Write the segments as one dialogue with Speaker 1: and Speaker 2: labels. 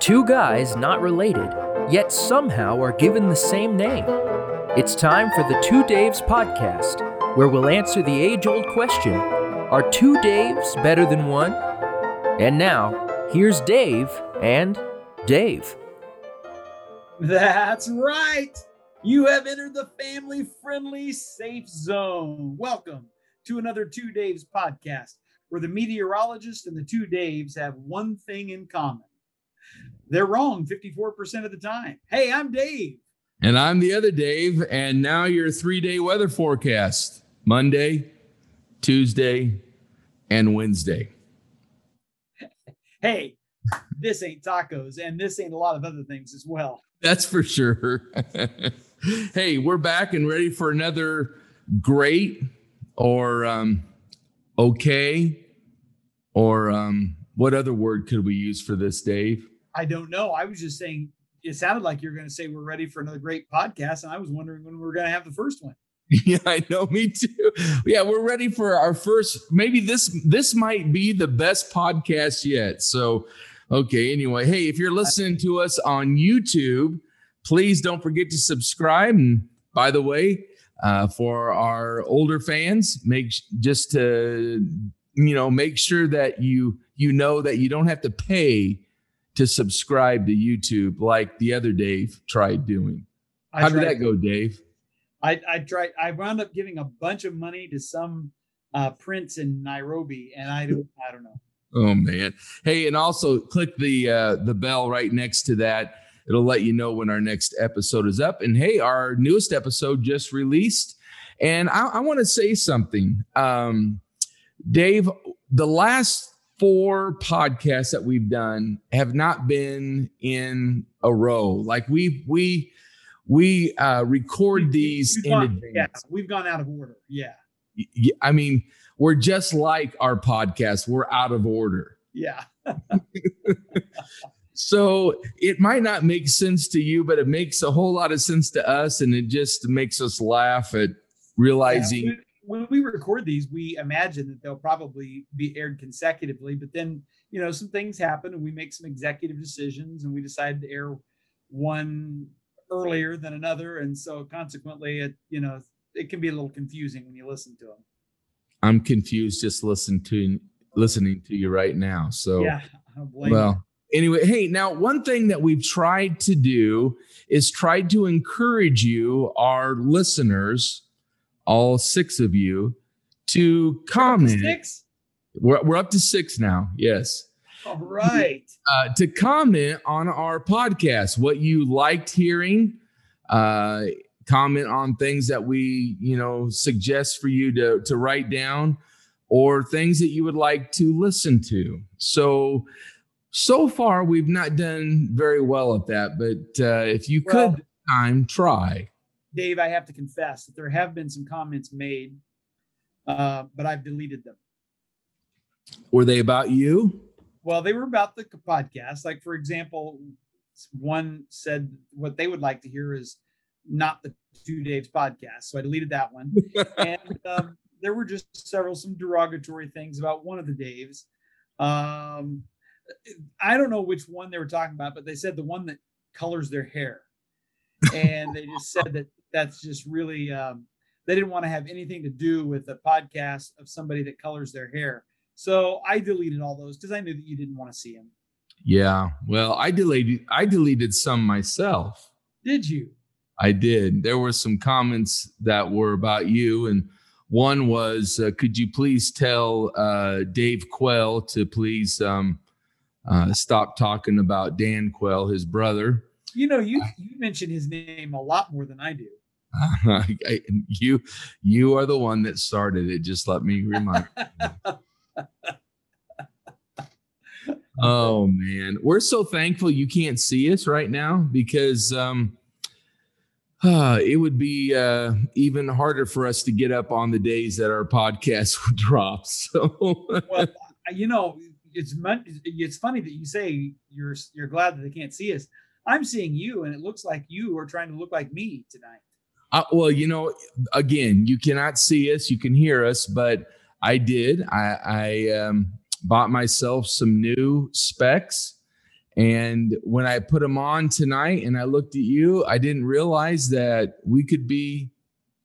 Speaker 1: Two guys not related, yet somehow are given the same name. It's time for the Two Daves podcast, where we'll answer the age old question Are two Daves better than one? And now, here's Dave and Dave.
Speaker 2: That's right. You have entered the family friendly safe zone. Welcome to another Two Daves podcast, where the meteorologist and the two Daves have one thing in common they're wrong 54% of the time. Hey, I'm Dave.
Speaker 3: And I'm the other Dave. And now your three day weather forecast Monday, Tuesday, and Wednesday.
Speaker 2: Hey, this ain't tacos, and this ain't a lot of other things as well.
Speaker 3: That's for sure. hey, we're back and ready for another great or um, okay or um, what other word could we use for this, Dave?
Speaker 2: I don't know. I was just saying it sounded like you're going to say we're ready for another great podcast, and I was wondering when we were going to have the first one.
Speaker 3: Yeah, I know. Me too. Yeah, we're ready for our first. Maybe this this might be the best podcast yet. So, okay. Anyway, hey, if you're listening to us on YouTube, please don't forget to subscribe. And by the way, uh, for our older fans, make just to you know make sure that you you know that you don't have to pay to subscribe to YouTube like the other Dave tried doing.
Speaker 2: I
Speaker 3: How
Speaker 2: tried-
Speaker 3: did that go, Dave?
Speaker 2: I, I tried. I wound up giving a bunch of money to some uh, prince in Nairobi, and I don't. I don't know.
Speaker 3: Oh man. Hey, and also click the uh the bell right next to that. It'll let you know when our next episode is up. And hey, our newest episode just released. And I, I want to say something. Um, Dave, the last four podcasts that we've done have not been in a row. Like we we we uh record these
Speaker 2: We've
Speaker 3: in
Speaker 2: gone-
Speaker 3: advance.
Speaker 2: yeah, we've gone out of order. Yeah,
Speaker 3: Y- y- I mean, we're just like our podcast, we're out of order.
Speaker 2: yeah.
Speaker 3: So it might not make sense to you, but it makes a whole lot of sense to us. And it just makes us laugh at realizing
Speaker 2: Yeah, when, when we record these, we imagine that they'll probably be aired consecutively, but then you know some things happen, and we make some executive decisions, and we decide to air one earlier than another, and so consequently, it you know it can be a little confusing when you listen to them.
Speaker 3: I'm confused just listen to listening to you right now. So
Speaker 2: yeah, I don't blame you.
Speaker 3: well, anyway, hey, now one thing that we've tried to do is tried to encourage you, our listeners, all six of you, to comment.
Speaker 2: Six.
Speaker 3: We're, we're up to six now. Yes.
Speaker 2: All right.
Speaker 3: uh, to comment on our podcast, what you liked hearing, uh, comment on things that we, you know, suggest for you to, to write down or things that you would like to listen to. So, so far, we've not done very well at that, but uh, if you
Speaker 2: Well-
Speaker 3: could this time, try.
Speaker 2: Dave, I have to confess that there have been some comments made, uh, but I've deleted them.
Speaker 3: Were they about you?
Speaker 2: Well, they were about the podcast. Like, for example, one said what they would like to hear is not the Two Daves podcast. So I deleted that one. and um, there were just several, some derogatory things about one of the Daves. Um, I don't know which one they were talking about, but they said the one that colors their hair. And they just said that that's just really, um, they didn't want to have anything to do with a podcast of somebody that colors their hair. So I deleted all those because I knew that you didn't want to see him.
Speaker 3: Yeah. Well, I deleted I deleted some myself.
Speaker 2: Did you?
Speaker 3: I did. There were some comments that were about you, and one was, uh, "Could you please tell uh, Dave Quell to please um, uh, stop talking about Dan Quell, his brother?"
Speaker 2: You know, you you mention his name a lot more than I do.
Speaker 3: I, you, you are the one that started it. Just let me remind. you. oh man, we're so thankful you can't see us right now because um, uh, it would be uh, even harder for us to get up on the days that our podcast would drop. So
Speaker 2: Well, I- you know, it's mon- it's funny that you say you're you're glad that they can't see us. I'm seeing you, and it looks like you are trying to look like me tonight.
Speaker 3: Uh, well, you know, again, you cannot see us, you can hear us, but I did. I, I um, bought myself some new specs, And when I put them on tonight and I looked at you, I didn't realize that we could be,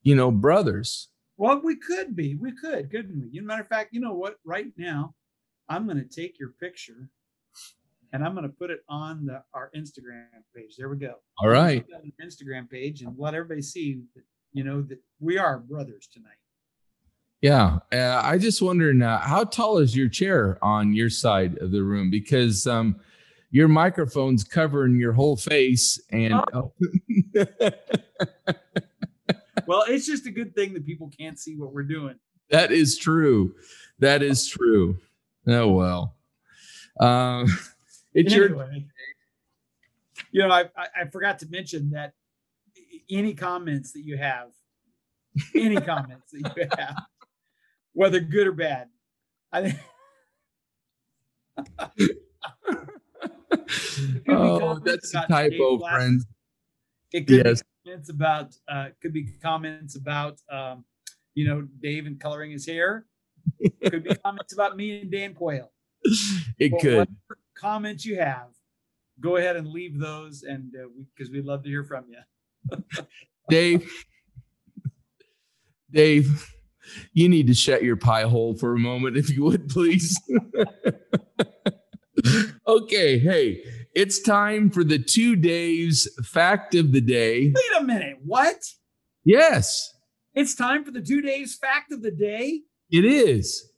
Speaker 3: you know, brothers.
Speaker 2: Well, we could be. We could, couldn't we? You matter of fact, you know what? Right now, I'm going to take your picture and I'm going to put it on the, our Instagram page. There we go.
Speaker 3: All right.
Speaker 2: On the Instagram page and let everybody see, that, you know, that we are brothers tonight.
Speaker 3: Yeah. Uh, I just wondering uh, how tall is your chair on your side of the room? Because um, your microphone's covering your whole face. And oh.
Speaker 2: Well, it's just a good thing that people can't see what we're doing.
Speaker 3: that is true. That is true. Oh, well. Um, it's your
Speaker 2: Anyway, you know, I, I I forgot to mention that any comments that you have, any comments that you have, whether good or bad, I think be
Speaker 3: oh,
Speaker 2: comments
Speaker 3: that's a
Speaker 2: about
Speaker 3: typo,
Speaker 2: Dave Black.
Speaker 3: friends.
Speaker 2: it could
Speaker 3: Yes.
Speaker 2: be comments about uh, could be comments about um, you know Dave and coloring his hair. Could be comments about me and Dan Quayle.
Speaker 3: It
Speaker 2: But
Speaker 3: could.
Speaker 2: whatever comments you have, go ahead and leave those, and because we'd love to hear from you.
Speaker 3: Dave, Dave, you need to shut your pie hole for a moment, if you would, please. okay, hey, it's time for the two days fact of the day.
Speaker 2: Wait a minute, what?
Speaker 3: Yes,
Speaker 2: It's time for the two days fact of the day.
Speaker 3: it is.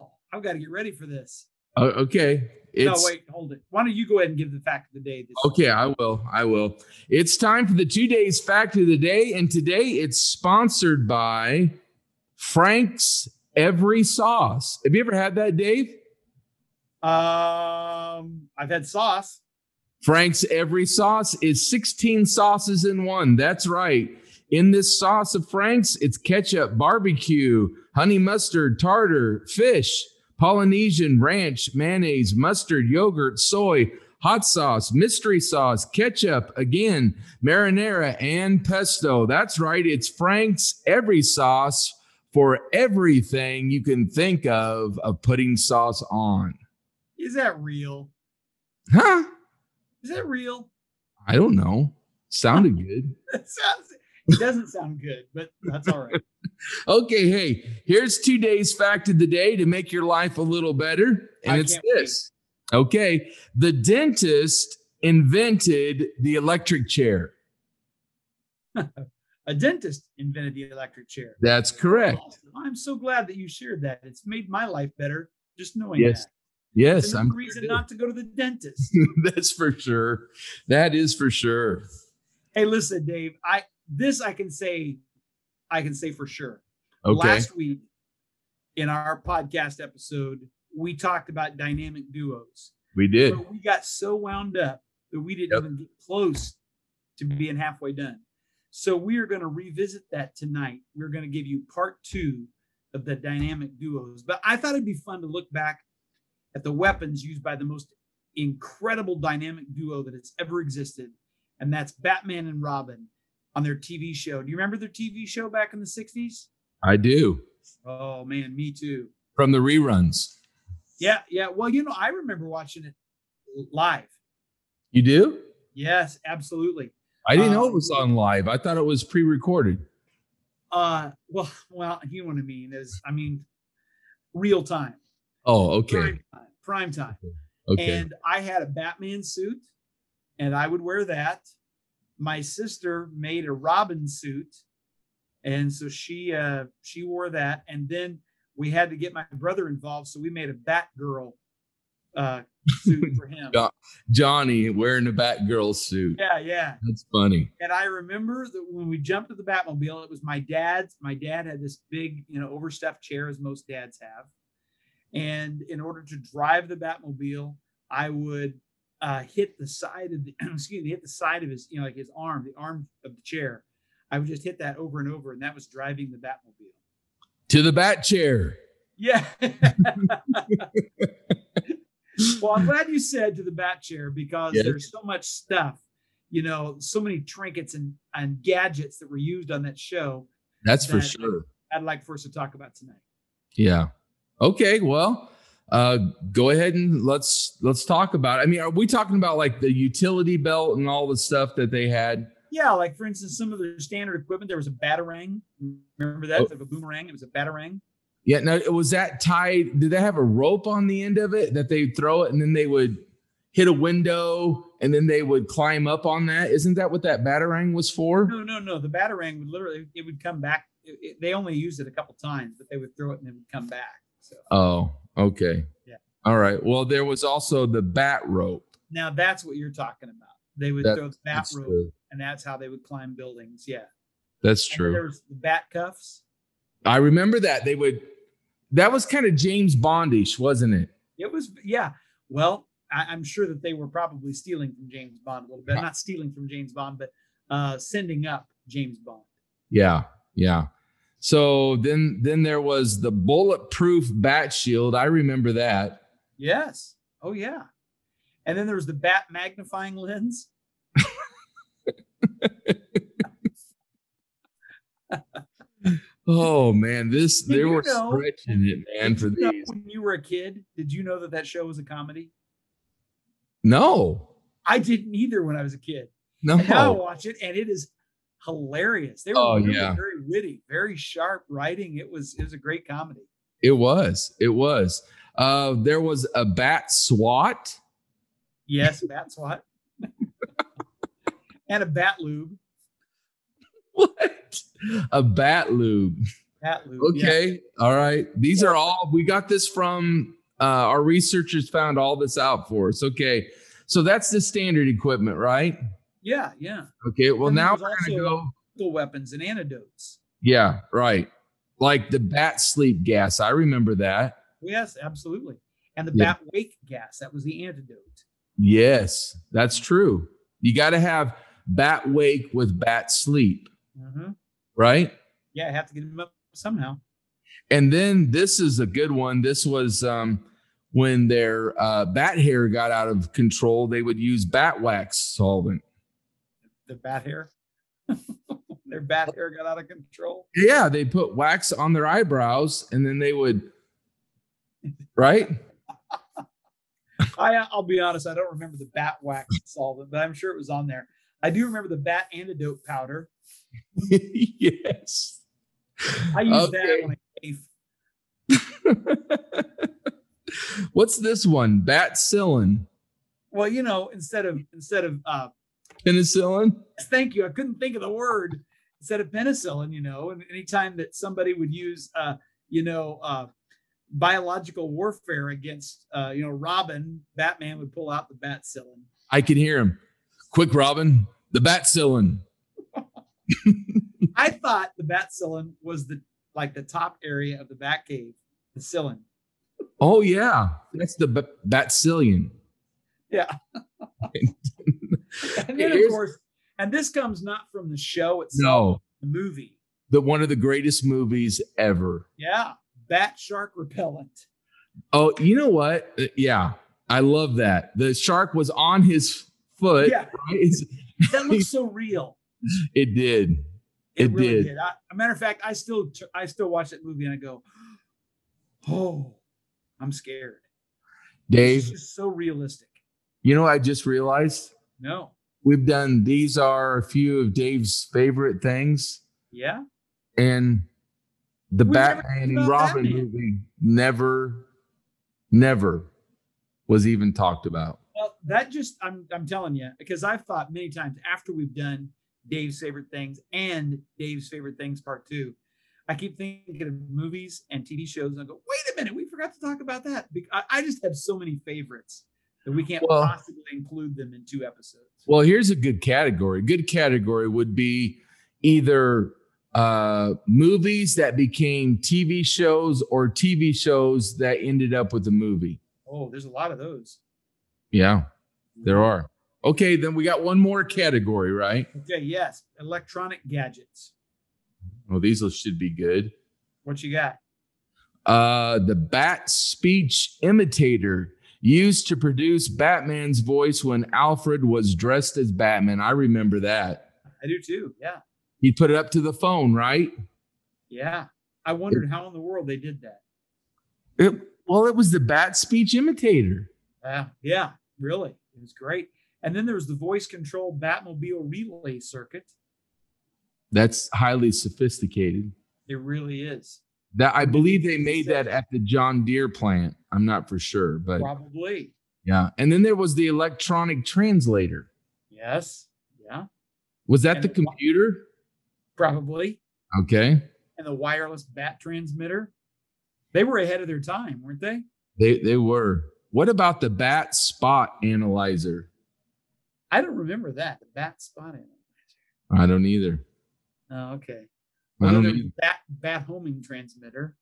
Speaker 2: Oh, I've got to get ready for this.
Speaker 3: O- okay, it's
Speaker 2: no, wait, hold it. Why don't you go ahead and give the fact of the day? This
Speaker 3: okay. I will. I will. It's time for the two days fact of the day, and today it's sponsored by Frank's Every Sauce. Have you ever had that, Dave?
Speaker 2: Um, I've had sauce.
Speaker 3: Frank's Every Sauce is 16 sauces in one. That's right. In this sauce of Frank's, it's ketchup, barbecue, honey mustard, tartar, fish, Polynesian, ranch, mayonnaise, mustard, yogurt, soy, hot sauce, mystery sauce, ketchup, again, marinara, and pesto. That's right. It's Frank's Every Sauce for everything you can think of of putting sauce on.
Speaker 2: Is that real?
Speaker 3: Huh?
Speaker 2: Is that real?
Speaker 3: I don't know. Sounded good.
Speaker 2: That sounds. It doesn't sound good, but that's all right.
Speaker 3: Okay, hey, here's two days fact of the day to make your life a little better. And
Speaker 2: I
Speaker 3: it's
Speaker 2: can't wait.
Speaker 3: this. Okay. The dentist invented the electric chair.
Speaker 2: A dentist invented the electric chair.
Speaker 3: That's correct.
Speaker 2: Awesome. I'm so glad that you shared that. It's made my life better just knowing
Speaker 3: Yes,
Speaker 2: that.
Speaker 3: Yes,
Speaker 2: Another
Speaker 3: I'm
Speaker 2: reason not to go to the dentist.
Speaker 3: that's for sure. That is for sure.
Speaker 2: hey, listen, Dave. I this I can say, I can say for sure.
Speaker 3: Okay.
Speaker 2: Last week in our podcast episode, we talked about dynamic duos,
Speaker 3: We did.
Speaker 2: but we got so wound up that we didn't
Speaker 3: Yep.
Speaker 2: even get close to being halfway done. So we are going to revisit that tonight. We're going to give you part two of the dynamic duos. But I thought it'd be fun to look back at the weapons used by the most incredible dynamic duo that has ever existed, and that's Batman and Robin on their TV show. Do you remember their TV show back in the 60s?
Speaker 3: I do.
Speaker 2: Oh man, me too.
Speaker 3: From the reruns.
Speaker 2: Yeah, yeah. Well, you know, I remember watching it live.
Speaker 3: You do?
Speaker 2: Yes, absolutely.
Speaker 3: I didn't know
Speaker 2: Um,
Speaker 3: it was on live. I thought it was pre-recorded.
Speaker 2: Uh, well, well, you know what I mean is, I mean, real time,
Speaker 3: Oh, okay.
Speaker 2: prime time, prime time.
Speaker 3: Okay.
Speaker 2: And I had a Batman suit, and I would wear that. My sister made a Robin suit, and so she uh, she wore that. And then we had to get my brother involved, so we made a Batgirl uh, suit for him.
Speaker 3: Yeah. Johnny wearing a Batgirl suit.
Speaker 2: Yeah, yeah.
Speaker 3: That's funny.
Speaker 2: And I remember that when we jumped to the Batmobile, it was my dad's. My dad had this big, you know, overstuffed chair, as most dads have. And in order to drive the Batmobile, I would uh, hit the side of the, excuse me, hit the side of his, you know, like his arm, the arm of the chair. I would just hit that over and over, and that was driving the Batmobile.
Speaker 3: To the Bat chair.
Speaker 2: Yeah. well, I'm glad you said to the bat chair because
Speaker 3: Yes.
Speaker 2: there's so much stuff, you know, so many trinkets and, and gadgets that were used on that show.
Speaker 3: That's for
Speaker 2: that-
Speaker 3: sure.
Speaker 2: I'd like for us to talk about tonight.
Speaker 3: Yeah. Okay. Well, uh, go ahead and let's let's talk about. It. I mean, are we talking about like the utility belt and all the stuff that they had?
Speaker 2: Yeah, like for instance, some of their standard equipment, there was a batarang. Remember that?
Speaker 3: Oh.
Speaker 2: It was a boomerang. It was a batarang.
Speaker 3: Yeah. Now, was that tied? Did they have a rope on the end of it that they throw it and then they would hit a window and then they would climb up on that? Isn't that what that batarang was for?
Speaker 2: No, no, no. The batarang would literally it would come back. It- it- they only used it a couple times, but they would throw it and it would come back. So
Speaker 3: Oh, okay.
Speaker 2: Yeah.
Speaker 3: All right. Well, there was also the bat rope.
Speaker 2: now that's what you're talking about. They would
Speaker 3: That-
Speaker 2: throw the bat
Speaker 3: That's
Speaker 2: rope,
Speaker 3: true.
Speaker 2: and that's how they would climb buildings. Yeah,
Speaker 3: That's
Speaker 2: And then
Speaker 3: true.
Speaker 2: There was the bat cuffs.
Speaker 3: I remember that they would. That was kind of James Bondish, wasn't it?
Speaker 2: It was yeah. Well, I, I'm sure that they were probably stealing from James Bond a little bit.
Speaker 3: Uh.
Speaker 2: Not stealing from James Bond, but uh, sending up James Bond.
Speaker 3: Yeah, yeah. So then, then there was the bulletproof bat shield. I remember that.
Speaker 2: Yes. Oh yeah. And then there was the bat magnifying lens.
Speaker 3: Oh man, this
Speaker 2: Did
Speaker 3: there
Speaker 2: you
Speaker 3: were
Speaker 2: know-
Speaker 3: stretching it, man, for
Speaker 2: You know,
Speaker 3: these.
Speaker 2: when you were a kid, did you know that that show was a comedy?
Speaker 3: No,
Speaker 2: I didn't either when I was a kid. And now I
Speaker 3: no.
Speaker 2: watch it, and it is hilarious. They were
Speaker 3: Oh,
Speaker 2: really
Speaker 3: yeah.
Speaker 2: very witty, very sharp writing. It was it was a great comedy.
Speaker 3: It was, it was. Uh, there was a bat SWAT.
Speaker 2: Yes, that's what. and a bat lube.
Speaker 3: What? A bat lube.
Speaker 2: Bat lube. yeah.
Speaker 3: Okay. All right. These are all we got this from uh, our researchers found all this out for us. Okay. So that's the standard equipment, right?
Speaker 2: Yeah, yeah.
Speaker 3: Okay. Well,
Speaker 2: And then
Speaker 3: now
Speaker 2: there's
Speaker 3: we're going to
Speaker 2: also-
Speaker 3: go.
Speaker 2: Lethal weapons and antidotes.
Speaker 3: Yeah. Right. Like the bat sleep gas. I remember that.
Speaker 2: Yes, absolutely. And the
Speaker 3: Yeah.
Speaker 2: bat wake gas. That was the antidote.
Speaker 3: Yes. That's true. You got to have bat wake with bat sleep,
Speaker 2: Mhm.
Speaker 3: right?
Speaker 2: Yeah, I have to get him up somehow.
Speaker 3: And then this is a good one. This was um, when their uh, bat hair got out of control, they would use bat wax solvent.
Speaker 2: Their bat hair. Their bat hair got out of control.
Speaker 3: Yeah, they put wax on their eyebrows and then they would, right?
Speaker 2: I, I'll be honest, I don't remember the bat wax solvent, but I'm sure it was on there. I do remember the bat antidote powder.
Speaker 3: yes.
Speaker 2: I used
Speaker 3: Okay.
Speaker 2: that on a cave.
Speaker 3: What's this one? Batcillin.
Speaker 2: Well, you know, instead of instead of uh,
Speaker 3: Penicillin?
Speaker 2: thank you, I couldn't think of the word instead of penicillin. You know, and anytime that somebody would use, uh, you know, uh, biological warfare against, uh, you know, Robin, Batman would pull out the batcillin.
Speaker 3: I can hear him. Quick, Robin. The Batcillin.
Speaker 2: I thought the batcillin was the like the top area of the bat cave, the cillin.
Speaker 3: Oh, yeah. That's the b- Batcillion.
Speaker 2: Yeah. and then of
Speaker 3: Here's-
Speaker 2: course, and this comes not from the show itself,
Speaker 3: No,
Speaker 2: the movie.
Speaker 3: the one of the greatest movies ever.
Speaker 2: Yeah, bat shark repellent.
Speaker 3: Oh, you know what? Uh, Yeah, I love that. The shark was on his foot.
Speaker 2: Yeah.
Speaker 3: right? It's-
Speaker 2: That looks so real.
Speaker 3: It did.
Speaker 2: It,
Speaker 3: It
Speaker 2: really
Speaker 3: did.
Speaker 2: did. I, a matter of fact, I still t- I still watch that movie and I go, oh, I'm scared. It's
Speaker 3: Dave,
Speaker 2: just so realistic.
Speaker 3: you know, what I just realized
Speaker 2: No.
Speaker 3: we've done these are a few of Dave's favorite things,
Speaker 2: Yeah.
Speaker 3: and the
Speaker 2: We never
Speaker 3: Batman
Speaker 2: talked
Speaker 3: and
Speaker 2: about
Speaker 3: Robin
Speaker 2: Batman.
Speaker 3: movie never, never was even talked about.
Speaker 2: Well, that just I'm I'm telling you because I've thought many times after we've done Dave's favorite things and Dave's favorite things part two, I keep thinking of movies and TV shows and I go, wait a minute, we forgot to talk about that. Bec- I, I just have so many favorites that we can't
Speaker 3: Well-
Speaker 2: possibly include them in two episodes.
Speaker 3: Well, here's a good category. Good category would be either uh, movies that became TV shows or TV shows that ended up with a movie.
Speaker 2: Oh, there's a lot of those.
Speaker 3: Yeah, there are. Okay, then we got one more category, right?
Speaker 2: Okay, yes, electronic gadgets.
Speaker 3: Well, these should be good.
Speaker 2: What you got?
Speaker 3: Uh, the bat speech imitator used to produce Batman's voice when Alfred was dressed as Batman. I remember that.
Speaker 2: I do too. Yeah,
Speaker 3: He put it up to the phone, right?
Speaker 2: yeah. I wondered how in the world they did that.
Speaker 3: It- Well, it was the bat speech imitator.
Speaker 2: Yeah, yeah, really, it was great. And then there was the voice control Batmobile relay circuit.
Speaker 3: That's highly sophisticated.
Speaker 2: It really is.
Speaker 3: That I believe they made that at the John Deere plant. I'm not for sure, but
Speaker 2: Probably.
Speaker 3: yeah. And then there was the electronic translator.
Speaker 2: Yes. Yeah.
Speaker 3: Was that the
Speaker 2: And-
Speaker 3: computer?
Speaker 2: Probably.
Speaker 3: Okay.
Speaker 2: And the wireless bat transmitter. They were ahead of their time, weren't they?
Speaker 3: They they were. What about the bat spot analyzer?
Speaker 2: I don't remember that. The bat spot in
Speaker 3: I don't either.
Speaker 2: Oh, okay.
Speaker 3: I
Speaker 2: Well,
Speaker 3: don't
Speaker 2: there was
Speaker 3: either.
Speaker 2: bat bat homing transmitter.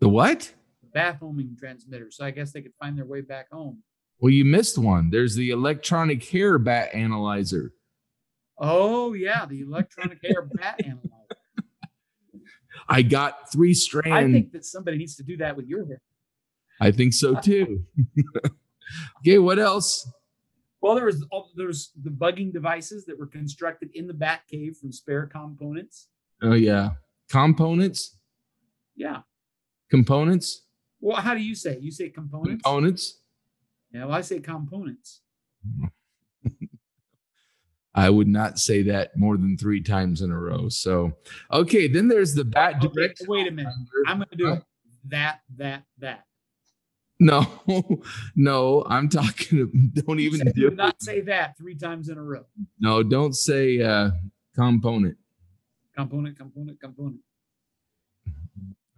Speaker 3: The what?
Speaker 2: Bat homing transmitter. So I guess they could find their way back home.
Speaker 3: Well, you missed one. There's the electronic hair bat analyzer.
Speaker 2: Oh yeah, the electronic hair bat analyzer.
Speaker 3: I got three
Speaker 2: I
Speaker 3: strands.
Speaker 2: think that somebody needs to do that with your hair.
Speaker 3: I think so too. okay, what else?
Speaker 2: Well, there was all there was the bugging devices that were constructed in the bat cave from spare components.
Speaker 3: Oh yeah. Components?
Speaker 2: Yeah.
Speaker 3: Components?
Speaker 2: Well, how do you say? it? You say components?
Speaker 3: Components?
Speaker 2: Yeah, well, I say components.
Speaker 3: I would not say that more than three times in a row. So okay, then there's the bat
Speaker 2: Okay,
Speaker 3: direct.
Speaker 2: wait a minute. I'm gonna do it. That, that, that.
Speaker 3: No, no, I'm talking don't
Speaker 2: You
Speaker 3: even
Speaker 2: said you
Speaker 3: do
Speaker 2: would not say that three times in a row.
Speaker 3: No, don't say uh component.
Speaker 2: Component, component, component.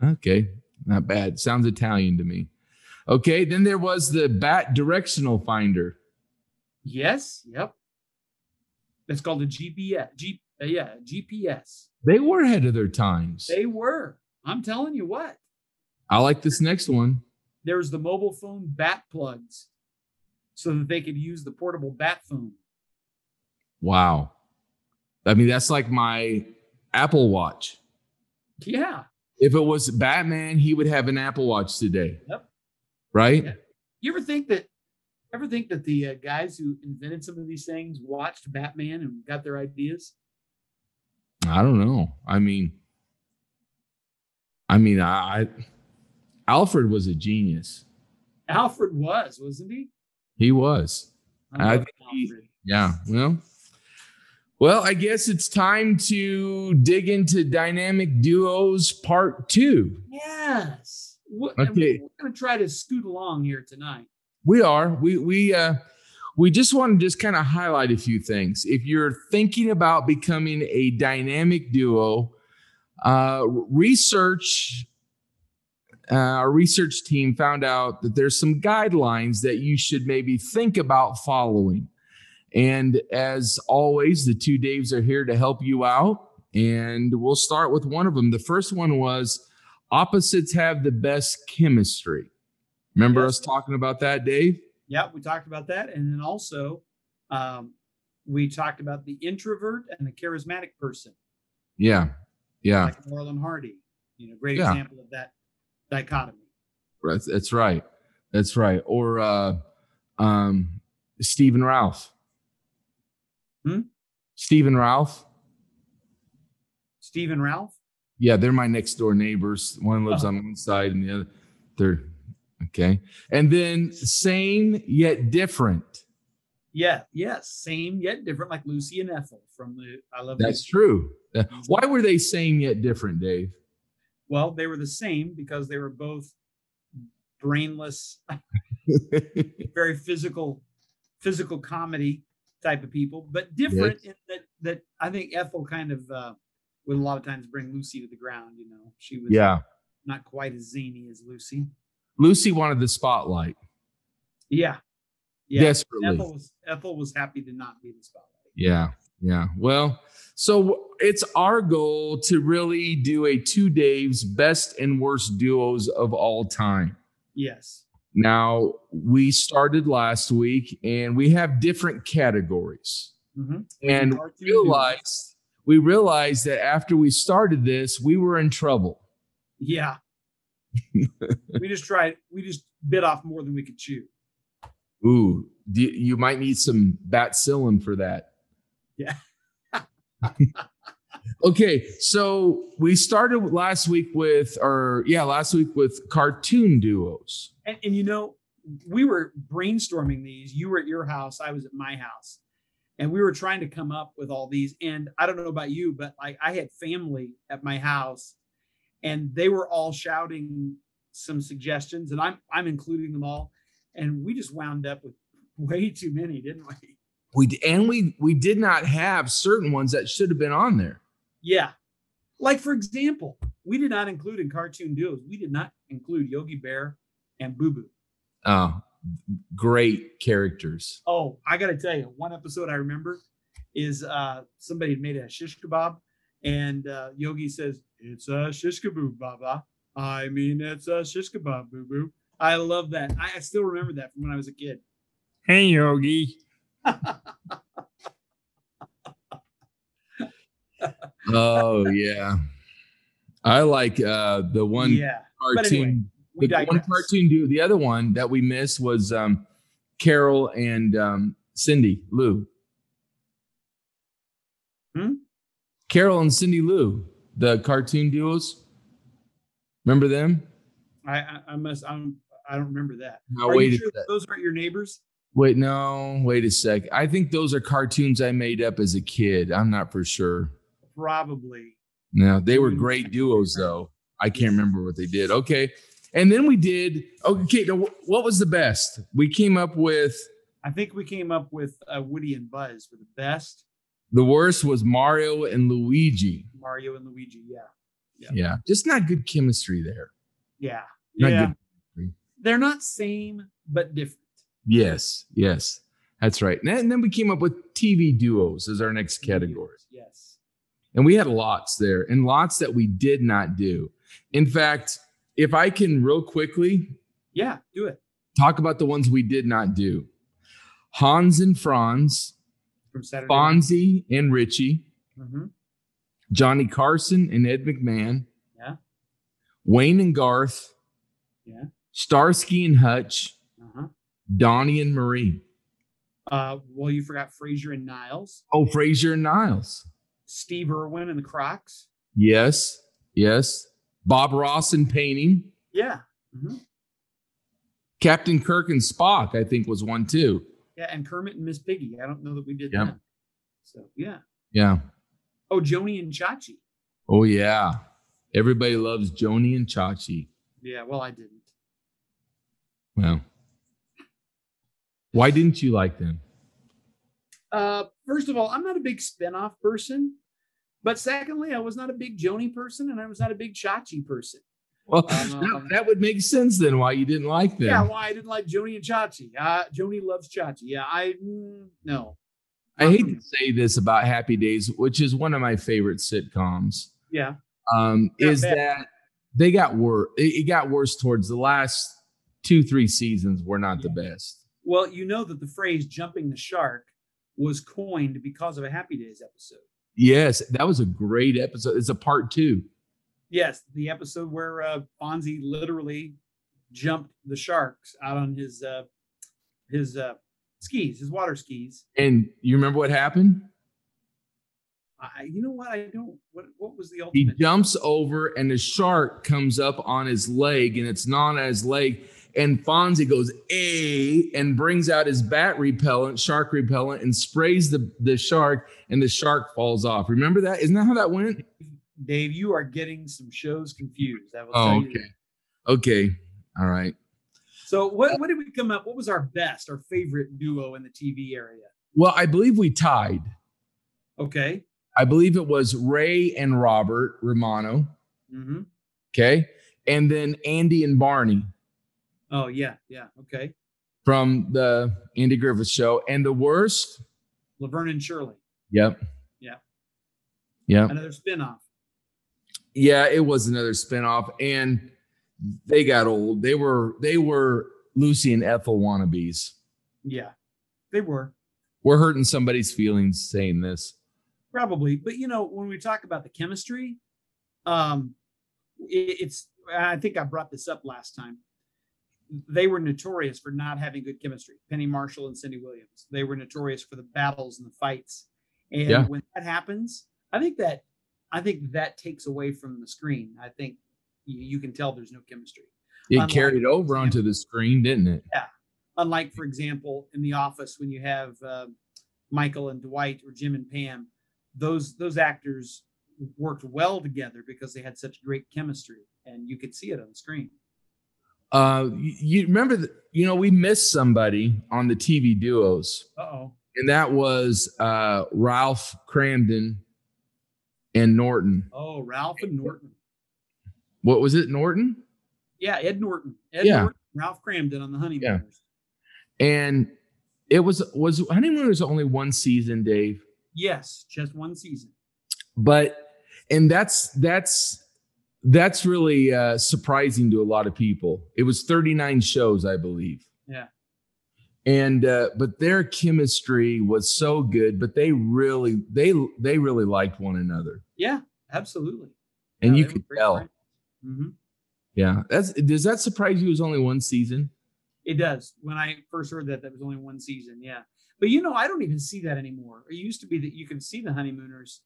Speaker 3: Okay, not bad. Sounds Italian to me. Okay, then there was the bat directional finder.
Speaker 2: Yes. Yep. That's called a GPS. G, uh, yeah, GPS.
Speaker 3: They were ahead of their times.
Speaker 2: They were. I'm telling you what.
Speaker 3: I like this next one.
Speaker 2: There's the mobile phone bat plugs, so that they could use the portable bat phone.
Speaker 3: Wow. I mean, that's like my Apple Watch.
Speaker 2: Yeah.
Speaker 3: If it was Batman, he would have an Apple Watch today.
Speaker 2: Yep.
Speaker 3: Right?
Speaker 2: Yeah. You ever think that? Ever think that the uh, guys who invented some of these things watched Batman and got their ideas?
Speaker 3: I don't know. I mean, I mean, I, I Alfred was a genius.
Speaker 2: Alfred was, wasn't he?
Speaker 3: He was. I
Speaker 2: love
Speaker 3: think he-
Speaker 2: Alfred.
Speaker 3: Yeah. Well, well, I guess it's time to dig into dynamic duos part two.
Speaker 2: Yes. What,
Speaker 3: Okay.
Speaker 2: okay. We're going to try to scoot along here tonight.
Speaker 3: We are. We we uh we just want to just kind of highlight a few things. If you're thinking about becoming a dynamic duo, uh research uh, our research team found out that there's some guidelines that you should maybe think about following. And as always, the two Daves are here to help you out. And we'll start with one of them. The first one was opposites have the best chemistry. Remember
Speaker 2: Yes.
Speaker 3: us talking about that, Dave?
Speaker 2: Yeah, we talked about that. And then also, um, we talked about the introvert and the charismatic person,
Speaker 3: Yeah. Yeah.
Speaker 2: like Marlon Hardy. You know, great
Speaker 3: Yeah.
Speaker 2: example of that dichotomy.
Speaker 3: That's, that's right. That's right. Or uh um Stephen Ralph.
Speaker 2: Hmm?
Speaker 3: Stephen Ralph.
Speaker 2: Stephen Ralph.
Speaker 3: Yeah, they're my next door neighbors. One lives
Speaker 2: Oh.
Speaker 3: on one side and the other they're okay. And then same yet different.
Speaker 2: Yeah. Yes. Same yet different, like Lucy and Ethel from the I Love.
Speaker 3: That's
Speaker 2: Lucy.
Speaker 3: true. Uh, Why were they same yet different, Dave?
Speaker 2: Well, they were the same because they were both brainless, very physical, physical comedy type of people, but different in that that I think Ethel kind of uh, would a lot of times bring Lucy to the ground. You know, she was
Speaker 3: yeah.
Speaker 2: not quite as zany as Lucy.
Speaker 3: Lucy wanted the spotlight
Speaker 2: Yeah, yeah.
Speaker 3: desperately.
Speaker 2: Ethel was Ethel was happy to not be the spotlight.
Speaker 3: Yeah. Yeah. Well, so it's our goal to really do a two Dave's best and worst duos of all time.
Speaker 2: Yes,
Speaker 3: Now, we started last week and we have different categories.
Speaker 2: Mhm.
Speaker 3: And
Speaker 2: Our two
Speaker 3: realized we realized that after we started this, we were in trouble.
Speaker 2: duos. Yeah, we just tried. We just bit off more than we could chew.
Speaker 3: Ooh, do- you might need some Batsilin for that.
Speaker 2: Yeah.
Speaker 3: okay, so we started last week with, or yeah, last week with cartoon duos.
Speaker 2: And, and you know, we were brainstorming these. You were at your house, I was at my house, and we were trying to come up with all these. And I don't know about you, but like I had family at my house, and they were all shouting some suggestions, and I'm I'm including them all, and we just wound up with way too many, didn't we?
Speaker 3: We d- and we we did not have certain ones that should have been on there.
Speaker 2: Yeah. Like for example, we did not include in cartoon duos. We did not include Yogi Bear and Boo Boo.
Speaker 3: Oh, great characters.
Speaker 2: Oh, I gotta tell you, one episode I remember is uh somebody had made a shish kebab, and uh, Yogi says it's a shish kebab, baba. I mean, it's a shish kebab, boo boo. I love that. I, I still remember that from when I was a kid.
Speaker 3: Hey, Yogi. oh yeah, I like uh the one
Speaker 2: yeah, but
Speaker 3: cartoon
Speaker 2: anyway, we
Speaker 3: the one
Speaker 2: digress.
Speaker 3: cartoon do the other one that we missed was um carol and um cindy lou
Speaker 2: Hmm?
Speaker 3: carol and cindy lou the cartoon duos remember them
Speaker 2: I, I I must I'm I don't remember that.
Speaker 3: no,
Speaker 2: Are
Speaker 3: wait,
Speaker 2: you
Speaker 3: a
Speaker 2: sure
Speaker 3: sec.
Speaker 2: those aren't your neighbors?
Speaker 3: wait no wait a sec i think those are cartoons i made up as a kid i'm not for sure
Speaker 2: Probably.
Speaker 3: No, they were great duos though. I can't remember what they did. Okay. And then we did okay, now wh- what was the best? We came up with
Speaker 2: I think we came up with uh, Woody and Buzz were the best.
Speaker 3: the worst was Mario and Luigi.
Speaker 2: Mario and Luigi. Yeah.
Speaker 3: Yeah. Just not good chemistry there.
Speaker 2: Yeah.
Speaker 3: Not
Speaker 2: yeah.
Speaker 3: good.
Speaker 2: They're not same but different.
Speaker 3: Yes. Yes. That's right. And then- and then we came up with TV duos as our next
Speaker 2: Mm-hmm.
Speaker 3: category.
Speaker 2: Yes.
Speaker 3: And we had lots there and lots that we did not do. In fact, if I can real quickly
Speaker 2: Yeah. Do it
Speaker 3: talk about the ones we did not do. Hans and Franz,
Speaker 2: from Saturday. Night.
Speaker 3: Fonzie and Richie,
Speaker 2: Mhm.
Speaker 3: Johnny Carson and Ed McMahon,
Speaker 2: Yeah.
Speaker 3: Wayne and Garth,
Speaker 2: Yeah.
Speaker 3: Starsky and Hutch,
Speaker 2: Uh-huh.
Speaker 3: Donnie and Marie.
Speaker 2: Uh, well, you forgot Frazier and Niles,
Speaker 3: Oh, Frazier and Niles.
Speaker 2: Steve Irwin and the Crocs.
Speaker 3: Yes, yes. Bob Ross and painting.
Speaker 2: Yeah. Mhm.
Speaker 3: Captain Kirk and Spock, I think, was one too.
Speaker 2: Yeah. And Kermit and Miss Piggy. I don't know that we did
Speaker 3: Yep.
Speaker 2: that. So yeah.
Speaker 3: Yeah.
Speaker 2: Oh, Joni and Chachi.
Speaker 3: Oh yeah. Everybody loves Joni and Chachi.
Speaker 2: Yeah. Well, I didn't.
Speaker 3: Well, why didn't you like them?
Speaker 2: Uh, first of all, I'm not a big spinoff person. But secondly, I was not a big Joni person and I was not a big Chachi person.
Speaker 3: Well,
Speaker 2: Um,
Speaker 3: that, that would make sense then why you didn't like them.
Speaker 2: Yeah, why I didn't like Joni and Chachi. Uh, Joni loves Chachi. Yeah, I mm, no.
Speaker 3: I hate to say this about Happy Days, which is one of my favorite sitcoms.
Speaker 2: Yeah,
Speaker 3: Um,
Speaker 2: Not
Speaker 3: is
Speaker 2: bad.
Speaker 3: that they got worse? It, it got worse towards the last two, three seasons. Were not the best.
Speaker 2: Well, you know that the phrase "jumping the shark" was coined because of a Happy Days episode.
Speaker 3: Yes, that was a great episode. It's a part two.
Speaker 2: Yes, the episode where uh, Fonzie literally jumped the sharks out on his uh, his uh, skis, his water skis.
Speaker 3: And you remember what happened?
Speaker 2: I, you know what? I don't. What what was the
Speaker 3: He
Speaker 2: ultimate?
Speaker 3: jumps over, and a shark comes up on his leg, and it's not on his leg. And Fonzie goes a and brings out his bat repellent, shark repellent, and sprays the the shark, and the shark falls off. Remember that? Isn't that how that went?
Speaker 2: Dave, you are getting some shows confused. I will
Speaker 3: Oh,
Speaker 2: tell you.
Speaker 3: okay.
Speaker 2: that.
Speaker 3: Okay, all right.
Speaker 2: So what what did we come up? What was our best, our favorite duo in the TV area?
Speaker 3: Well, I believe we tied.
Speaker 2: Okay.
Speaker 3: I believe it was Ray and Robert Romano.
Speaker 2: hmm
Speaker 3: Okay, and then Andy and Barney
Speaker 2: Oh yeah, yeah. Okay.
Speaker 3: from the Andy Griffith Show. And the worst.
Speaker 2: Laverne and Shirley,
Speaker 3: Yep.
Speaker 2: Yeah.
Speaker 3: Yep.
Speaker 2: another spinoff.
Speaker 3: yeah it was another spinoff and they got old they were they were lucy and ethel wannabes
Speaker 2: Yeah, they were
Speaker 3: we're hurting somebody's feelings saying this
Speaker 2: probably. But you know, when we talk about the chemistry, um, it, it's. I think I brought this up last time. They were notorious for not having good chemistry. Penny Marshall and Cindy Williams. They were notorious for the battles and the fights. And
Speaker 3: Yeah.
Speaker 2: when that happens, I think that I think that takes away from the screen. I think you, you can tell there's no chemistry.
Speaker 3: It
Speaker 2: Unlike-
Speaker 3: carried over onto the screen, didn't it?
Speaker 2: Unlike, for example, in the office when you have uh, Michael and Dwight or Jim and Pam, those those actors worked well together because they had such great chemistry, and you could see it on the screen.
Speaker 3: Uh, you, you remember, the, you know, we missed somebody on the TV duos,
Speaker 2: Uh oh.
Speaker 3: and that was uh, Ralph Cramden and Norton.
Speaker 2: Oh, Ralph and Norton.
Speaker 3: What was it, Norton?
Speaker 2: Yeah, Ed Norton. Ed
Speaker 3: Yeah.
Speaker 2: Norton, Ralph Cramden on the Honeymooners.
Speaker 3: And it was was honeymoon was only one season, Dave.
Speaker 2: Yes, just one season.
Speaker 3: But and that's that's that's really uh, surprising to a lot of people. It was 39 shows, I believe.
Speaker 2: Yeah.
Speaker 3: And uh, but their chemistry was so good, but they really they they really liked one another.
Speaker 2: Yeah, absolutely.
Speaker 3: and you could tell.
Speaker 2: hmm
Speaker 3: Yeah, that's does that surprise you? It was only one season.
Speaker 2: It does. When I first heard that, that was only one season. Yeah, but you know, I don't even see that anymore. It used to be that you could see the honeymooners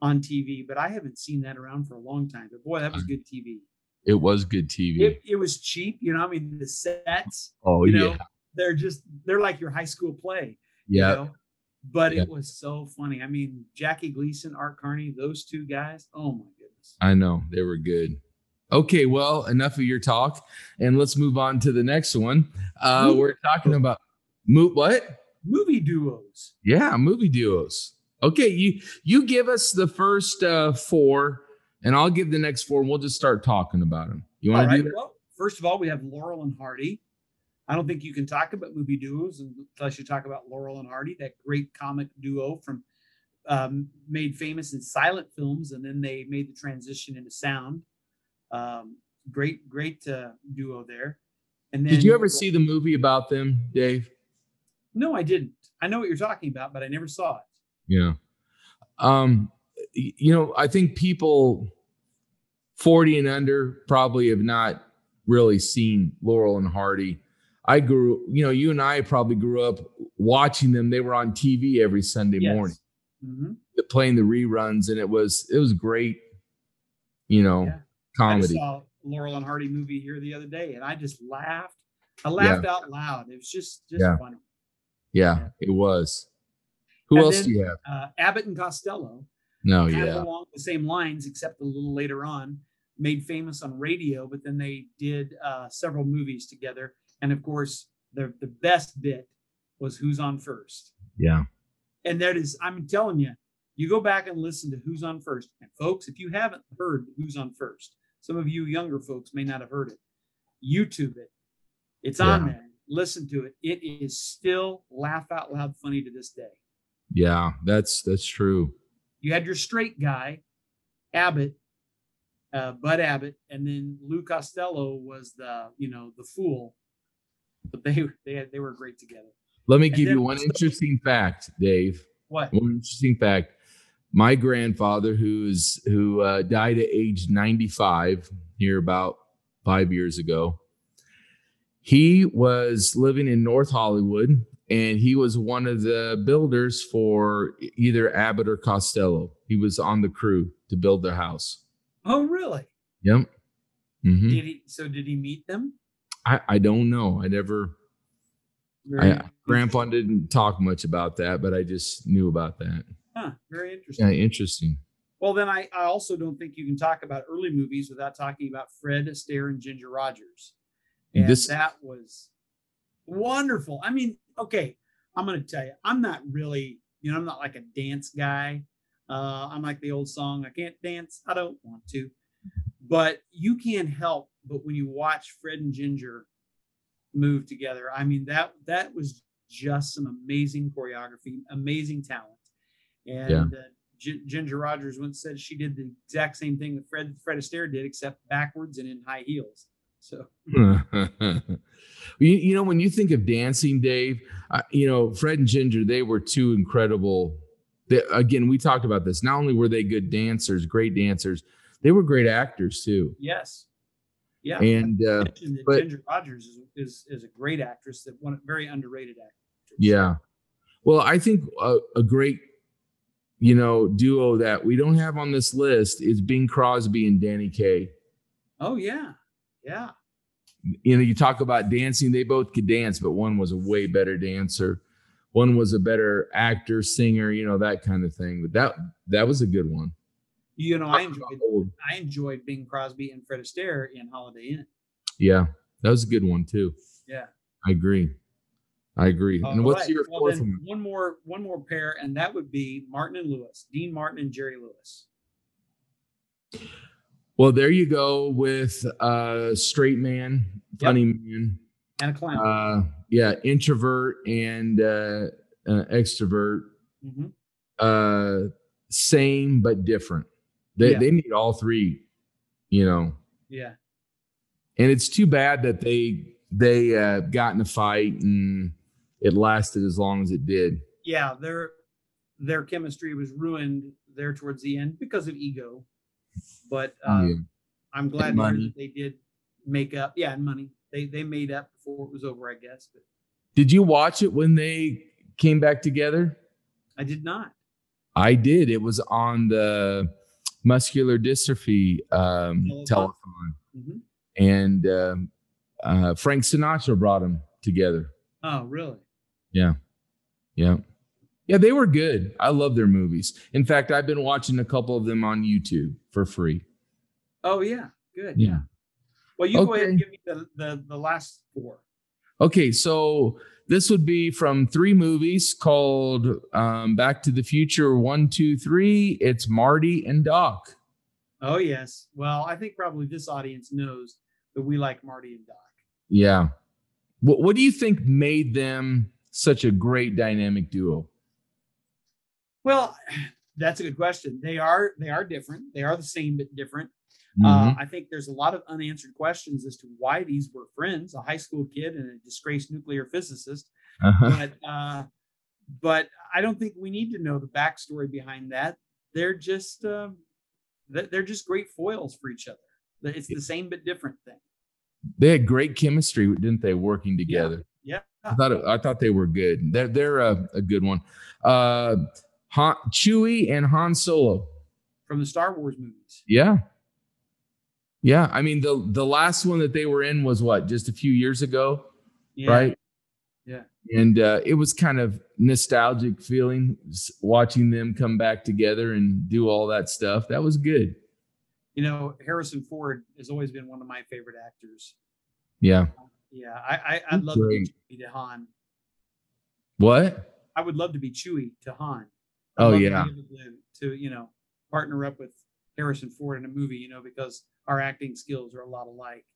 Speaker 2: on TV, but I haven't seen that around for a long time. But boy, that was good TV.
Speaker 3: It was good TV.
Speaker 2: It, it was cheap, you know. I mean, the sets,
Speaker 3: oh
Speaker 2: you
Speaker 3: yeah,
Speaker 2: know, they're just they're like your high school play. you
Speaker 3: yeah.
Speaker 2: know? But
Speaker 3: Yeah.
Speaker 2: it was so funny. I mean, Jackie Gleason, Art Carney, those two guys. Oh my goodness.
Speaker 3: I know they were good. Okay, well, enough of your talk, and let's move on to the next one. Uh,
Speaker 2: Movie
Speaker 3: we're talking about mo- what?
Speaker 2: Movie duos.
Speaker 3: Yeah, movie duos. Okay, you you give us the first uh, four, and I'll give the next four. And we'll just start talking about them. You
Speaker 2: All
Speaker 3: want to
Speaker 2: right.
Speaker 3: do that?
Speaker 2: Well, first of all, we have Laurel and Hardy. I don't think you can talk about movie duos unless you talk about Laurel and Hardy, that great comic duo from um, made famous in silent films, and then they made the transition into sound. Um, great, great uh, duo there. And then,
Speaker 3: Did you ever see the movie about them, Dave?
Speaker 2: No, I didn't. I know what you're talking about, but I never saw it.
Speaker 3: Yeah. Um, y- you know, I think people 40 and under probably have not really seen Laurel and Hardy. I grew, you know, you and I probably grew up watching them. They were on TV every Sunday
Speaker 2: Yes.
Speaker 3: morning,
Speaker 2: Mhm.
Speaker 3: playing the reruns, and it was it was great, you know,
Speaker 2: Yeah. I just
Speaker 3: comedy.
Speaker 2: saw a Laurel and Hardy movie here the other day, and I just laughed. I laughed out loud. It was just just
Speaker 3: Yeah.
Speaker 2: funny.
Speaker 3: Yeah,
Speaker 2: Yeah.
Speaker 3: it was. Who
Speaker 2: And
Speaker 3: else
Speaker 2: then-
Speaker 3: do you have?
Speaker 2: Uh, Abbott and Costello,
Speaker 3: No,
Speaker 2: kind
Speaker 3: Oh, yeah.
Speaker 2: of along the same lines, except a little later on, made famous on radio, but then they did uh, several movies together. And of course, the, the best bit was Who's On First.
Speaker 3: Yeah.
Speaker 2: And that is, I'm telling you, you go back and listen to Who's On First. And folks, if you haven't heard Who's On First, some of you younger folks may not have heard it. YouTube it. It's on
Speaker 3: Yeah.
Speaker 2: there. Listen to it. It is still laugh out loud funny to this day.
Speaker 3: Yeah, that's that's true.
Speaker 2: you had your straight guy, Abbott, uh, Bud Abbott, and then Lou Costello was the you know the fool, but they they had, they were great together.
Speaker 3: Let me
Speaker 2: And
Speaker 3: give you
Speaker 2: then-
Speaker 3: one interesting fact, Dave.
Speaker 2: What?
Speaker 3: One interesting fact: my grandfather, who's who uh, died at age ninety-five, here about five years ago, he was living in North Hollywood, and he was one of the builders for either Abbott or Costello. He was on the crew to build their house.
Speaker 2: Oh really?
Speaker 3: Yep. hmm
Speaker 2: Did he? So did he meet them?
Speaker 3: I, I don't know. I never.
Speaker 2: Very
Speaker 3: I, Grandpa didn't talk much about that, but I just knew about that.
Speaker 2: Huh, very interesting.
Speaker 3: Yeah, interesting.
Speaker 2: Well, then I, I also don't think you can talk about early movies without talking about Fred Astaire and Ginger Rogers. And
Speaker 3: This-
Speaker 2: that was wonderful. I mean, okay, I'm going to tell you, I'm not really, you know, I'm not like a dance guy. Uh, I'm like the old song, I can't dance. I don't want to. But you can't help but when you watch Fred and Ginger move together, I mean, that that was just some amazing choreography, amazing talent. And
Speaker 3: Yeah.
Speaker 2: uh, G- Ginger Rogers once said she did the exact same thing that Fred Fred Astaire did, except backwards and in high heels. So
Speaker 3: you, you know, when you think of dancing, Dave, I, you know, Fred and Ginger, they were two incredible. They, again, we talked about this. Not only were they good dancers, great dancers, they were great actors too.
Speaker 2: yes, yeah.
Speaker 3: And
Speaker 2: I
Speaker 3: uh,
Speaker 2: mentioned that
Speaker 3: but-
Speaker 2: Ginger Rogers is, is is a great actress that one very underrated actress.
Speaker 3: yeah, well, I think a, a great you know, duo that we don't have on this list is Bing Crosby and Danny Kaye.
Speaker 2: Oh yeah, yeah.
Speaker 3: You know, you talk about dancing, they both could dance, but one was a way better dancer. One was a better actor, singer, you know, that kind of thing. But that that was a good one. Oh,
Speaker 2: You know, I enjoyed I enjoyed Bing Crosby and Fred Astaire in Holiday Inn.
Speaker 3: Yeah, that was a good one too.
Speaker 2: Yeah,
Speaker 3: I agree. I agree.
Speaker 2: Uh, All
Speaker 3: and what's
Speaker 2: right.
Speaker 3: your
Speaker 2: Well,
Speaker 3: fourth
Speaker 2: then
Speaker 3: one?
Speaker 2: One more, one more pair, and that would be Martin and Lewis, Dean Martin and Jerry Lewis.
Speaker 3: Well, there you go with uh straight man, funny man,
Speaker 2: and a clown.
Speaker 3: uh yeah, introvert and uh, uh extrovert,
Speaker 2: Mhm.
Speaker 3: uh same but different. They
Speaker 2: Yeah.
Speaker 3: they need all three, you know.
Speaker 2: Yeah,
Speaker 3: And it's too bad that they they uh got in a fight and it lasted as long as it did.
Speaker 2: yeah. Their their chemistry was ruined there towards the end because of ego, but uh,
Speaker 3: Yeah.
Speaker 2: I'm glad
Speaker 3: And
Speaker 2: to hear
Speaker 3: money.
Speaker 2: that they did make up. Yeah, and money. They they made up before it was over, I guess. But
Speaker 3: Did you watch it when they came back together?
Speaker 2: I did not.
Speaker 3: I did. It was on the muscular dystrophy um,
Speaker 2: Telethon.
Speaker 3: telethon,
Speaker 2: Mhm.
Speaker 3: and um, uh, Frank Sinatra brought them together.
Speaker 2: Oh, really?
Speaker 3: Yeah, yeah, they were good. I love their movies. In fact, I've been watching a couple of them on YouTube for free.
Speaker 2: Oh, yeah. Good.
Speaker 3: Yeah.
Speaker 2: Yeah. Well, you go ahead and
Speaker 3: Okay.
Speaker 2: give me the the, the last four.
Speaker 3: Okay, so this would be from three movies called um, Back to the Future One, Two, Three. It's Marty and Doc.
Speaker 2: Oh yes. Well, I think probably this audience knows that we like Marty and Doc.
Speaker 3: Yeah. What What do you think made them such a great dynamic duo?
Speaker 2: Well, that's a good question. They are they are different. They are the same but different.
Speaker 3: Mm-hmm.
Speaker 2: Uh, I think there's a lot of unanswered questions as to why these were friends, a high school kid and a disgraced nuclear physicist.
Speaker 3: Uh-huh.
Speaker 2: But uh, but I don't think we need to know the backstory behind that. They're just um, they- they're just great foils for each other. It's the same but different thing.
Speaker 3: They had great chemistry, didn't they? Working together.
Speaker 2: Yeah.
Speaker 3: I thought it, I thought they were good. They're they're a, a good one. Uh, Han, Chewie and Han Solo.
Speaker 2: From the Star Wars movies.
Speaker 3: Yeah. Yeah. I mean the the last one that they were in was what just a few years ago,
Speaker 2: Yeah.
Speaker 3: right?
Speaker 2: Yeah.
Speaker 3: And uh, it was kind of nostalgic feeling s- watching them come back together and do all that stuff. That was good.
Speaker 2: you know harrison ford has always been one of my favorite actors
Speaker 3: Yeah.
Speaker 2: yeah i, I i'd
Speaker 3: He's
Speaker 2: love to
Speaker 3: great.
Speaker 2: be chewy to han
Speaker 3: What?
Speaker 2: i would love to be chewy to han I'd
Speaker 3: Oh
Speaker 2: love to be
Speaker 3: yeah.
Speaker 2: able to, to you know partner up with harrison ford in a movie you know because our acting skills are a lot alike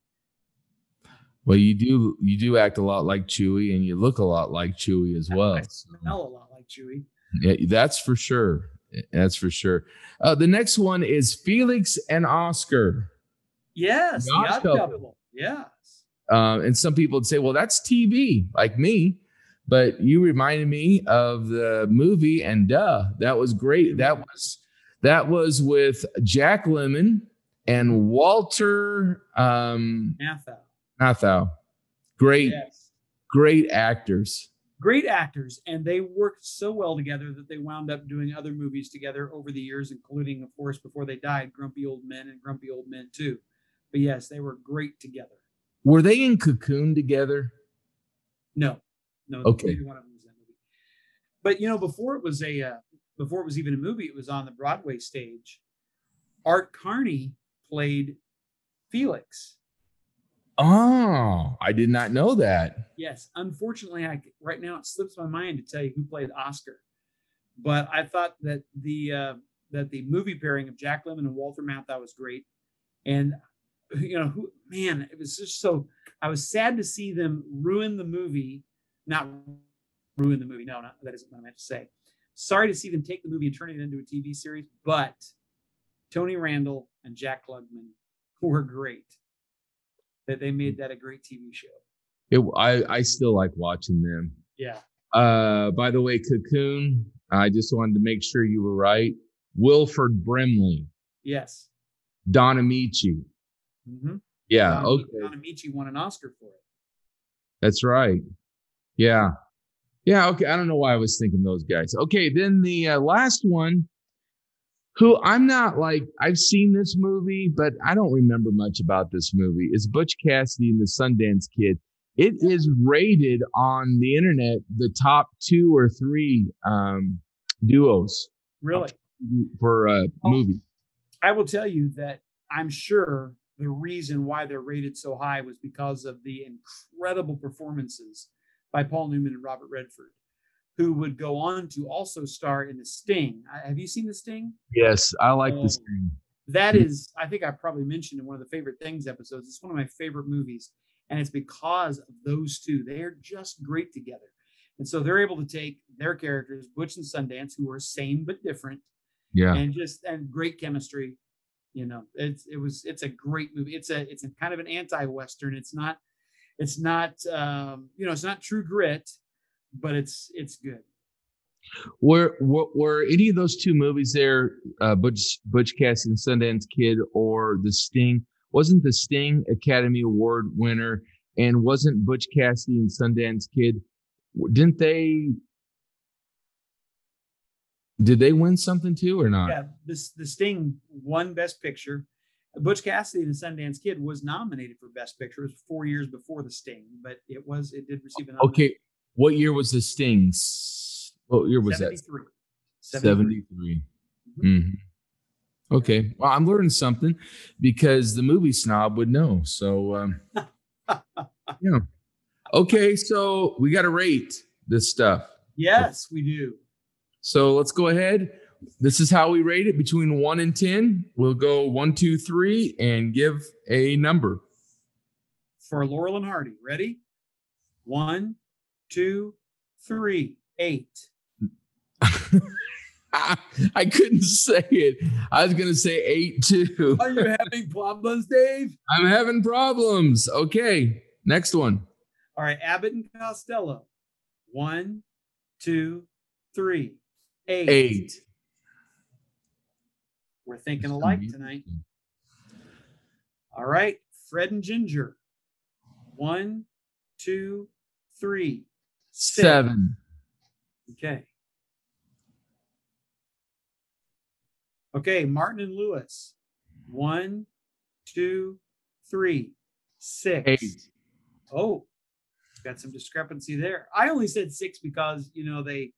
Speaker 3: Well, you do you do act a lot like Chewy, and you look a lot like Chewy as well.
Speaker 2: i smell a lot like chewy
Speaker 3: Yeah, that's for sure. That's for sure. Uh, the next one is Felix and Oscar,
Speaker 2: yes the
Speaker 3: Odd
Speaker 2: odd
Speaker 3: Couple.
Speaker 2: couple. yes
Speaker 3: uh, and some people would say, "Well, that's TV," like me. But you reminded me of the movie, and duh, that was great. That was that was with Jack Lemon and Walter um,
Speaker 2: Matthau.
Speaker 3: Matthau. Great,
Speaker 2: yes
Speaker 3: great actors.
Speaker 2: great actors and they worked so well together that they wound up doing other movies together over the years including of course before they died grumpy old men and grumpy old men too but yes they were great together
Speaker 3: Were they in Cocoon together?
Speaker 2: no no
Speaker 3: Okay.
Speaker 2: neither one of them was in the movie but you know before it was a uh, before it was even a movie it was on the broadway stage art carney played felix
Speaker 3: Oh, I did not know that.
Speaker 2: Yes, unfortunately, I right now it slips my mind to tell you who played Oscar, but I thought that the uh, that the movie pairing of Jack Lemmon and Walter Matthau was great, and you know, who, man, it was just so. I was sad to see them ruin the movie, not ruin the movie. No, not, that isn't what I meant to say. Sorry to see them take the movie and turn it into a TV series, but Tony Randall and Jack Klugman were great. That they made that a great TV show.
Speaker 3: It, I, I still like watching them.
Speaker 2: Yeah.
Speaker 3: Uh, by the way, Cocoon, I just wanted to make sure you were right. Wilford Brimley,
Speaker 2: Yes.
Speaker 3: Don Amici.
Speaker 2: Mm-hmm.
Speaker 3: Yeah,
Speaker 2: Don,
Speaker 3: okay.
Speaker 2: Don Amici won an Oscar for it.
Speaker 3: That's right. Yeah. Yeah, okay. I don't know why I was thinking those guys. Okay, then the uh, last one, who I'm not like, I've seen this movie, but I don't remember much about this movie, is Butch Cassidy and the Sundance Kid. It is rated on the internet the top two or three um, duos
Speaker 2: Really,
Speaker 3: for a
Speaker 2: Oh.
Speaker 3: movie.
Speaker 2: I will tell you that I'm sure the reason why they're rated so high was because of the incredible performances by Paul Newman and Robert Redford, who would go on to also star in The Sting. I- Have you seen The Sting?
Speaker 3: Yes, I like
Speaker 2: Oh.
Speaker 3: this. Thing.
Speaker 2: That is, I think I probably mentioned in one of the favorite things episodes. It's one of my favorite movies. And it's because of those two. They're just great together. And so they're able to take their characters, Butch and Sundance, who are same but different,
Speaker 3: Yeah.
Speaker 2: and just and great chemistry. You know, it's it was it's a great movie. It's a it's a kind of an anti-western. It's not it's not um, you know it's not True Grit, but it's it's good.
Speaker 3: Were, were were any of those two movies there, uh, Butch Butch Cassidy and Sundance Kid or The Sting? Wasn't The Sting Academy Award winner, and wasn't Butch Cassidy and Sundance Kid? w- Didn't they? Did they win something too or not?
Speaker 2: Yeah, this the Sting won Best Picture. Butch Cassidy and the Sundance Kid was nominated for Best Picture. It was four years before the Sting, but it was it did receive an
Speaker 3: Okay, what year was The Sting? S- What year was that?
Speaker 2: 73. 73.
Speaker 3: 73. Mhm. Okay. Well, I'm learning something because the movie snob would know. So, um, yeah. Okay. So we got to rate this stuff.
Speaker 2: Yes, we do.
Speaker 3: So let's go ahead. This is how we rate it between one and 10. We'll go one, two, three, and give a number.
Speaker 2: for Laurel and Hardy. Ready? One, two, three, eight.
Speaker 3: I couldn't say it. I was going to say eight, too.
Speaker 2: Are you having problems, Dave?
Speaker 3: I'm having problems. Okay. Next one.
Speaker 2: All right, Abbott and Costello. One, two, three, eight.
Speaker 3: Eight.
Speaker 2: We're thinking alike tonight. All right, Fred and Ginger. One, two, three. six.
Speaker 3: Seven.
Speaker 2: Okay. Okay, Martin and Lewis. One, two, three, six.
Speaker 3: Eight.
Speaker 2: Oh, got some discrepancy there. I only said six because you know they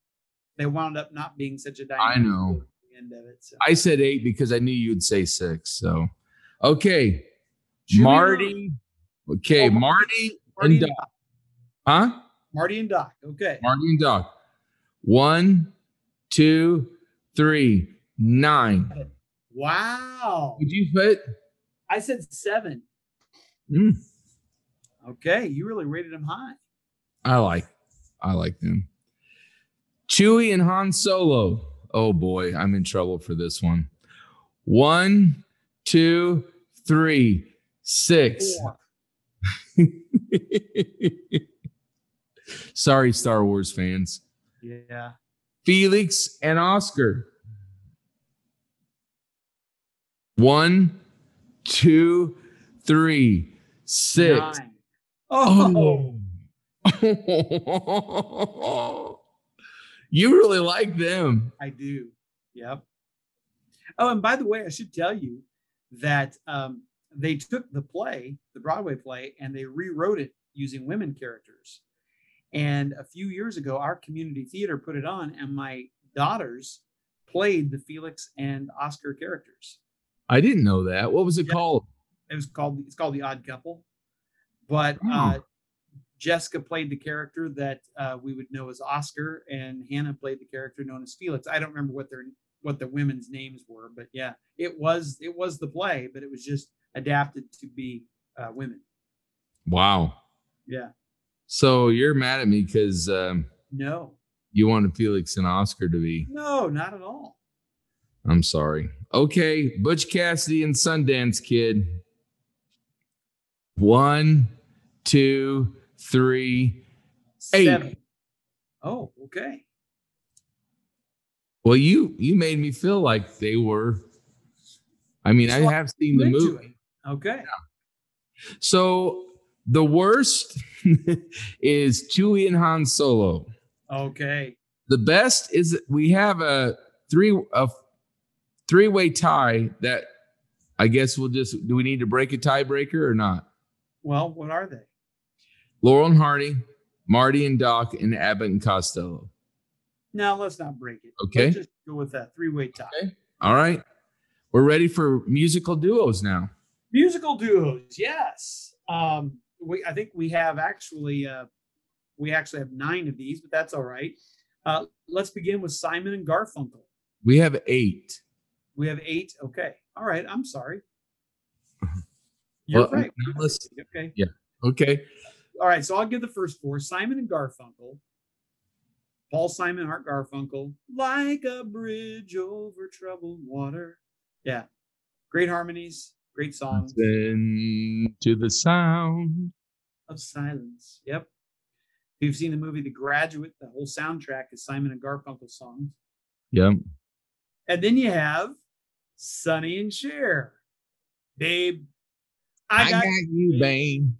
Speaker 2: they wound up not being such a dynamic.
Speaker 3: know.
Speaker 2: duo at the End of it. So.
Speaker 3: I said eight because I knew you'd say six. So, okay,
Speaker 2: Chewy Lou,
Speaker 3: Marty. Okay,
Speaker 2: Oh,
Speaker 3: Marty,
Speaker 2: Marty
Speaker 3: and uh,
Speaker 2: and
Speaker 3: Doc.
Speaker 2: Doc.
Speaker 3: Huh?
Speaker 2: Marty and Doc. Okay.
Speaker 3: Marty and Doc. One, two, three, nine.
Speaker 2: Wow.
Speaker 3: Would you put?
Speaker 2: I said seven.
Speaker 3: Mm,
Speaker 2: Okay, you really rated him high.
Speaker 3: I like, I like them. Chewie and Han Solo. Oh boy, I'm in trouble for this one. One, two, three, six.
Speaker 2: Four.
Speaker 3: Sorry, Star Wars fans.
Speaker 2: Yeah.
Speaker 3: Felix and Oscar. One, two, three, six.
Speaker 2: Nine. Oh.
Speaker 3: Oh. you really like them.
Speaker 2: I do. Yep. Oh, and by the way, I should tell you that um, they took the play, the Broadway play, and they rewrote it using women characters. And a few years ago, our community theater put it on, and my daughters played the Felix and Oscar characters.
Speaker 3: I didn't know that. What was it
Speaker 2: Yeah.
Speaker 3: called?
Speaker 2: It was called it's called the Odd Couple, but
Speaker 3: Hmm.
Speaker 2: uh, Jessica played the character that uh, we would know as Oscar, and Hannah played the character known as Felix. I don't remember what their what the women's names were, but yeah, it was it was the play, but it was just adapted to be uh, women.
Speaker 3: Wow.
Speaker 2: Yeah,
Speaker 3: So you're mad at me because um,
Speaker 2: no,
Speaker 3: you wanted Felix and Oscar to be.
Speaker 2: no, not at all.
Speaker 3: I'm sorry. Okay, Butch Cassidy and Sundance Kid. One, two, three. Eight.
Speaker 2: Oh, okay.
Speaker 3: Well, you you made me feel like they were. I mean, I
Speaker 2: So
Speaker 3: have seen the
Speaker 2: Into
Speaker 3: movie.
Speaker 2: it. Okay.
Speaker 3: So the worst is Chewie and Han Solo.
Speaker 2: Okay.
Speaker 3: The best is that we have a three a three way tie that I guess we'll just do we need to break a tiebreaker or not?
Speaker 2: Well, what are they?
Speaker 3: Laurel and Hardy, Marty and Doc, and Abbott and Costello.
Speaker 2: No, let's not break it.
Speaker 3: Okay.
Speaker 2: Let's just go with that three way tie.
Speaker 3: Okay. All right. We're ready for musical duos now.
Speaker 2: Musical duos, yes. Um, we I think we have actually uh, we actually have nine of these, but that's all right. Uh, let's begin with Simon and Garfunkel.
Speaker 3: We have eight.
Speaker 2: We have eight. Okay. All right. I'm sorry. You're
Speaker 3: Well,
Speaker 2: right.
Speaker 3: now let's-
Speaker 2: Okay.
Speaker 3: Okay.
Speaker 2: All right. So I'll give the first four Simon and Garfunkel, Paul Simon, Art Garfunkel, like a bridge over troubled water. Yeah. Great harmonies, great songs
Speaker 3: Then to the sound.
Speaker 2: of silence. Yep. If you've seen the movie The Graduate, the whole soundtrack is Simon and Garfunkel songs.
Speaker 3: Yep.
Speaker 2: And then you have Sonny and Cher. Babe,
Speaker 3: I,
Speaker 2: I, got,
Speaker 3: got, you, Bane.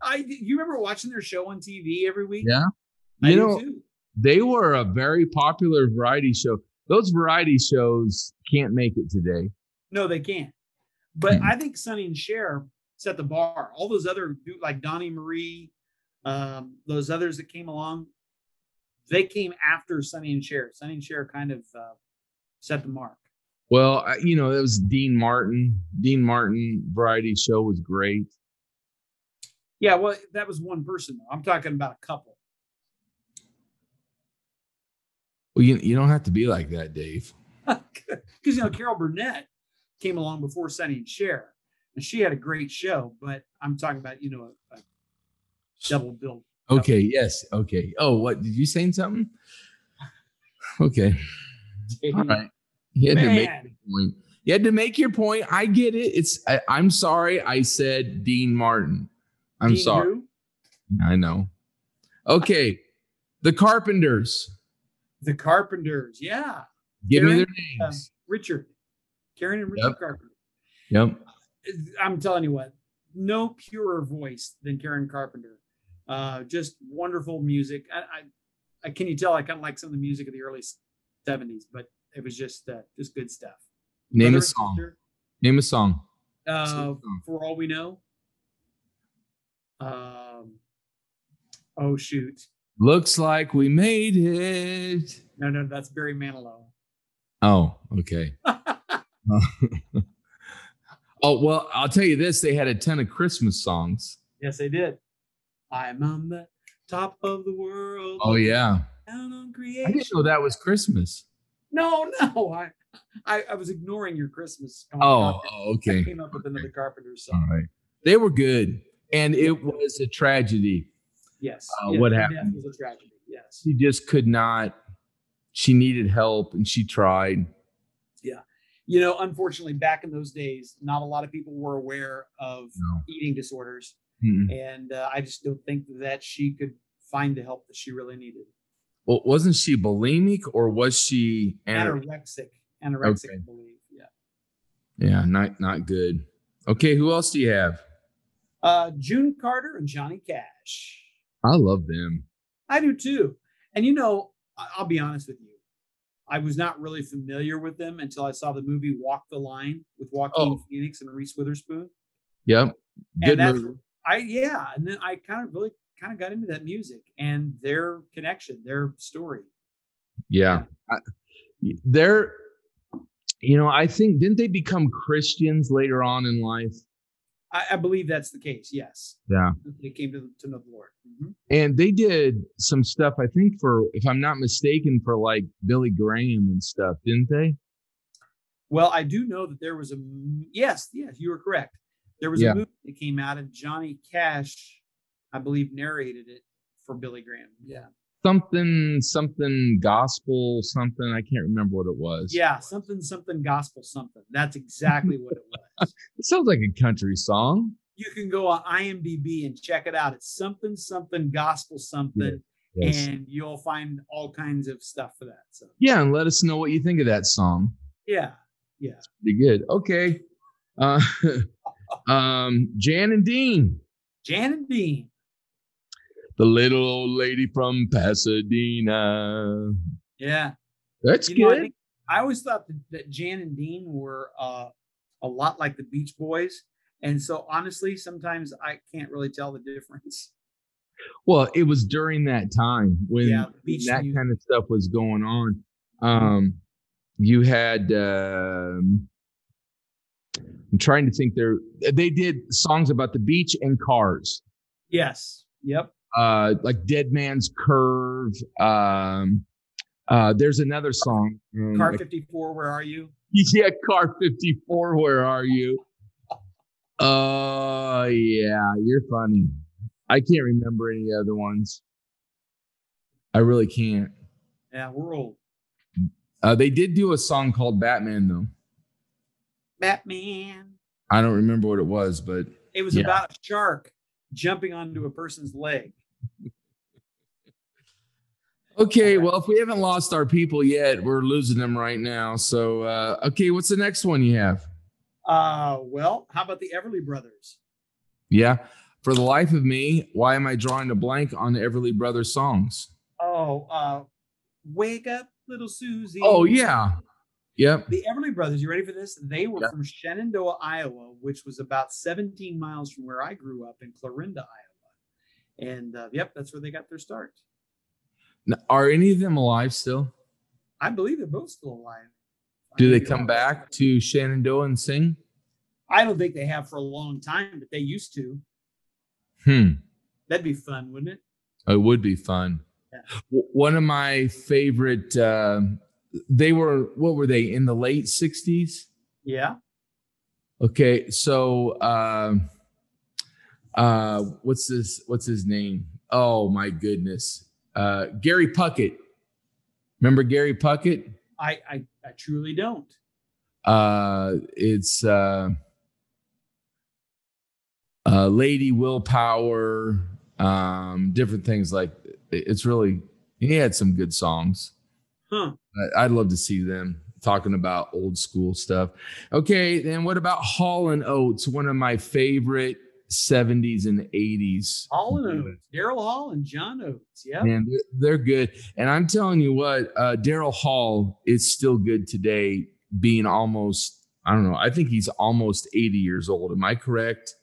Speaker 2: I you remember watching their show on TV every week?
Speaker 3: Yeah.
Speaker 2: I
Speaker 3: You
Speaker 2: do
Speaker 3: know,
Speaker 2: too.
Speaker 3: they were a very popular variety show. Those variety shows can't make it today.
Speaker 2: No, they can't. But
Speaker 3: Hmm.
Speaker 2: I think Sonny and Cher set the bar. All those other du- like Donnie Marie, um, those others that came along, they came after Sonny and Cher. Sonny and Cher kind of uh, set the mark.
Speaker 3: Well, I, you know, it was Dean Martin. Dean Martin variety show was great.
Speaker 2: Yeah, well, that was one person though. I'm talking about a couple.
Speaker 3: Well, you, you don't have to be like that, Dave.
Speaker 2: Because you know, Carol Burnett came along before Sonny and Cher, and she had a great show. But I'm talking about you know a, a double bill.
Speaker 3: Okay. Yes. Okay. Oh, what did you saying something? Okay. All right. You had to make
Speaker 2: Man.
Speaker 3: your point. You had to make your point. I get it. It's. I, I'm sorry. I said Dean Martin. I'm
Speaker 2: Dean
Speaker 3: sorry.
Speaker 2: who?
Speaker 3: I know. Okay. The Carpenters.
Speaker 2: The Carpenters. Yeah.
Speaker 3: Give me their
Speaker 2: Karen, uh,
Speaker 3: names.
Speaker 2: Richard, Karen and Richard
Speaker 3: Yep.
Speaker 2: Carpenter.
Speaker 3: Yep.
Speaker 2: I'm telling you what, no purer voice than Karen Carpenter. Uh, just wonderful music. I, I, I can you tell I kind of like some of the music of the early '70s, but it was just uh, just good stuff. Brother
Speaker 3: Name a
Speaker 2: and
Speaker 3: song.
Speaker 2: sister,
Speaker 3: Name a song.
Speaker 2: Uh,
Speaker 3: Sing a song.
Speaker 2: for all we know. Um, oh shoot!
Speaker 3: Looks like we made it.
Speaker 2: No, no, that's Barry Manilow.
Speaker 3: Oh, okay. oh, well, I'll tell you this. They had a ton of Christmas songs.
Speaker 2: yes, they did. I'm on the top of the world.
Speaker 3: Oh, yeah.
Speaker 2: down on
Speaker 3: I
Speaker 2: creation.
Speaker 3: didn't know that was Christmas.
Speaker 2: No, no, I, I, I was ignoring your Christmas.
Speaker 3: Oh,
Speaker 2: comment.
Speaker 3: oh,
Speaker 2: I
Speaker 3: okay. Mm.
Speaker 2: came up with another Carpenter
Speaker 3: All
Speaker 2: song.
Speaker 3: right. They were good. And it was a tragedy.
Speaker 2: Yes.
Speaker 3: Uh,
Speaker 2: yes,
Speaker 3: what
Speaker 2: her
Speaker 3: happened?
Speaker 2: death was a tragedy. Yes.
Speaker 3: She just could not. She needed help and she tried.
Speaker 2: You know, unfortunately, back in those days, not a lot of people were aware of
Speaker 3: No.
Speaker 2: eating disorders,
Speaker 3: Mm-mm.
Speaker 2: and uh, I just don't think that she could find the help that she really needed.
Speaker 3: Well, wasn't she bulimic or was she anorexic?
Speaker 2: Anorexic, anorexic,
Speaker 3: Okay.
Speaker 2: I believe. Yeah.
Speaker 3: Yeah, not not good. Okay, who else do you have?
Speaker 2: Uh, June Carter and Johnny Cash.
Speaker 3: I love them.
Speaker 2: I do too. And you know, I- I'll be honest with you. I was not really familiar with them until I saw the movie Walk the Line with Joaquin Phoenix and Reese Witherspoon.
Speaker 3: Yep. Oh. Good
Speaker 2: and that's
Speaker 3: movie.
Speaker 2: I yeah, and then I kind of really kind of got into that music and their connection, their story.
Speaker 3: Yeah. I, they're you know, I think didn't they become Christians later on in life?
Speaker 2: I, I believe that's the case. Yes,
Speaker 3: Yeah.
Speaker 2: they came to, to know the Lord. Mhm.
Speaker 3: And they did some stuff, I think, for if I'm not mistaken, for like Billy Graham and stuff, didn't they?
Speaker 2: Well, I do know that there was a m- yes, yes, you were correct. There was
Speaker 3: Yeah.
Speaker 2: a movie that came out and Johnny Cash, I believe, narrated it for Billy Graham. Yeah.
Speaker 3: Something, something gospel, something. I can't remember what it was.
Speaker 2: Yeah, something, something, gospel, something. That's exactly what it was.
Speaker 3: It sounds like a country song.
Speaker 2: You can go on IMDb and check it out. It's something, something, gospel, something, and you'll find all kinds of stuff for that. So,
Speaker 3: Yeah, and let us know what you think of that song.
Speaker 2: yeah, yeah.
Speaker 3: Pretty good. Okay. Uh, um, Jan and Dean.
Speaker 2: Jan and Dean.
Speaker 3: the little old lady from Pasadena.
Speaker 2: Yeah.
Speaker 3: That's
Speaker 2: You know, I,
Speaker 3: good.
Speaker 2: think- I always thought that, that Jan and Dean were uh, a lot like the Beach Boys. And so honestly, sometimes I can't really tell the difference.
Speaker 3: well, it was during that time when
Speaker 2: yeah, the beach Mm-hmm.
Speaker 3: that
Speaker 2: music.
Speaker 3: kind of stuff was going on. Um, you had um, I'm trying to think. There they did songs about the beach and cars,
Speaker 2: yes. Yep.
Speaker 3: uh, like Dead Man's Curve. Um, uh, there's another song. um,
Speaker 2: Car
Speaker 3: like-
Speaker 2: 54, where are you?
Speaker 3: yeah, Car 54. Where are you? Oh yeah, you're funny. I can't remember any other ones. I really can't.
Speaker 2: Yeah, we're old.
Speaker 3: Uh, they did do a song called Batman, though.
Speaker 2: Batman.
Speaker 3: I don't remember what it was, but
Speaker 2: It was
Speaker 3: Yeah.
Speaker 2: about a shark jumping onto a person's leg.
Speaker 3: okay. Well, if we haven't lost our people yet, we're losing them right now. So, uh, okay, what's the next one you have?
Speaker 2: Uh, well, how about the Everly Brothers?
Speaker 3: Yeah. For the life of me, why am I drawing a blank on the Everly Brothers songs?
Speaker 2: Oh, uh, wake up, little Susie.
Speaker 3: Oh, yeah. Yep.
Speaker 2: The Everly Brothers, you ready for this? They were
Speaker 3: Yeah.
Speaker 2: from Shenandoah, Iowa, which was about 17 miles from where I grew up in Clarinda, Iowa. And uh, yep, that's where they got their start.
Speaker 3: N- Are any of them alive still?
Speaker 2: I believe they're both still alive. I
Speaker 3: Do
Speaker 2: may
Speaker 3: they
Speaker 2: be
Speaker 3: come
Speaker 2: wrong.
Speaker 3: back to Shenandoah and sing?
Speaker 2: I don't think they have for a long time, but they used to.
Speaker 3: Hmm.
Speaker 2: That'd be fun, wouldn't it?
Speaker 3: It would be fun.
Speaker 2: Yeah.
Speaker 3: W- One of my favorite, uh, they were, what were they, in the late 60s?
Speaker 2: Yeah.
Speaker 3: Okay, so um uh, what's this? What's his name? Oh my goodness, uh, Gary Puckett. Remember Gary Puckett?
Speaker 2: I, I, I truly don't.
Speaker 3: Uh, it's uh, uh, Lady Willpower, um, different things like. It's really he had some good songs.
Speaker 2: Huh.
Speaker 3: I- I'd love to see them talking about old school stuff. Okay, then what about Hall and Oates? One of my favorite 70s and 80s.
Speaker 2: Hall and Oates, Daryl Hall and John Oates. Yeah.
Speaker 3: Man, they're- they're good. And I'm telling you what, uh, Daryl Hall is still good today, being almost, I don't know, I think he's almost 80 years old. Am I correct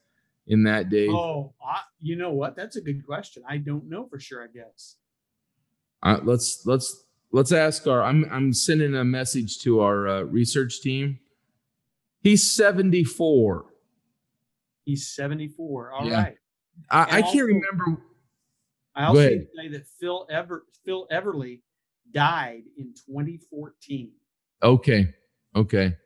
Speaker 3: in that day?
Speaker 2: Oh, I, you know what? That's a good question. I don't know for sure. I guess.
Speaker 3: Uh, let's let's let's ask our. I'm I'm sending a message to our uh, research team. He's 74.
Speaker 2: He's 74. All right.
Speaker 3: Yeah. I,
Speaker 2: And
Speaker 3: I can't
Speaker 2: also-
Speaker 3: remember.
Speaker 2: I also
Speaker 3: ahead.
Speaker 2: need to say that Phil Ever Phil Everly died in 2014.
Speaker 3: Okay, okay.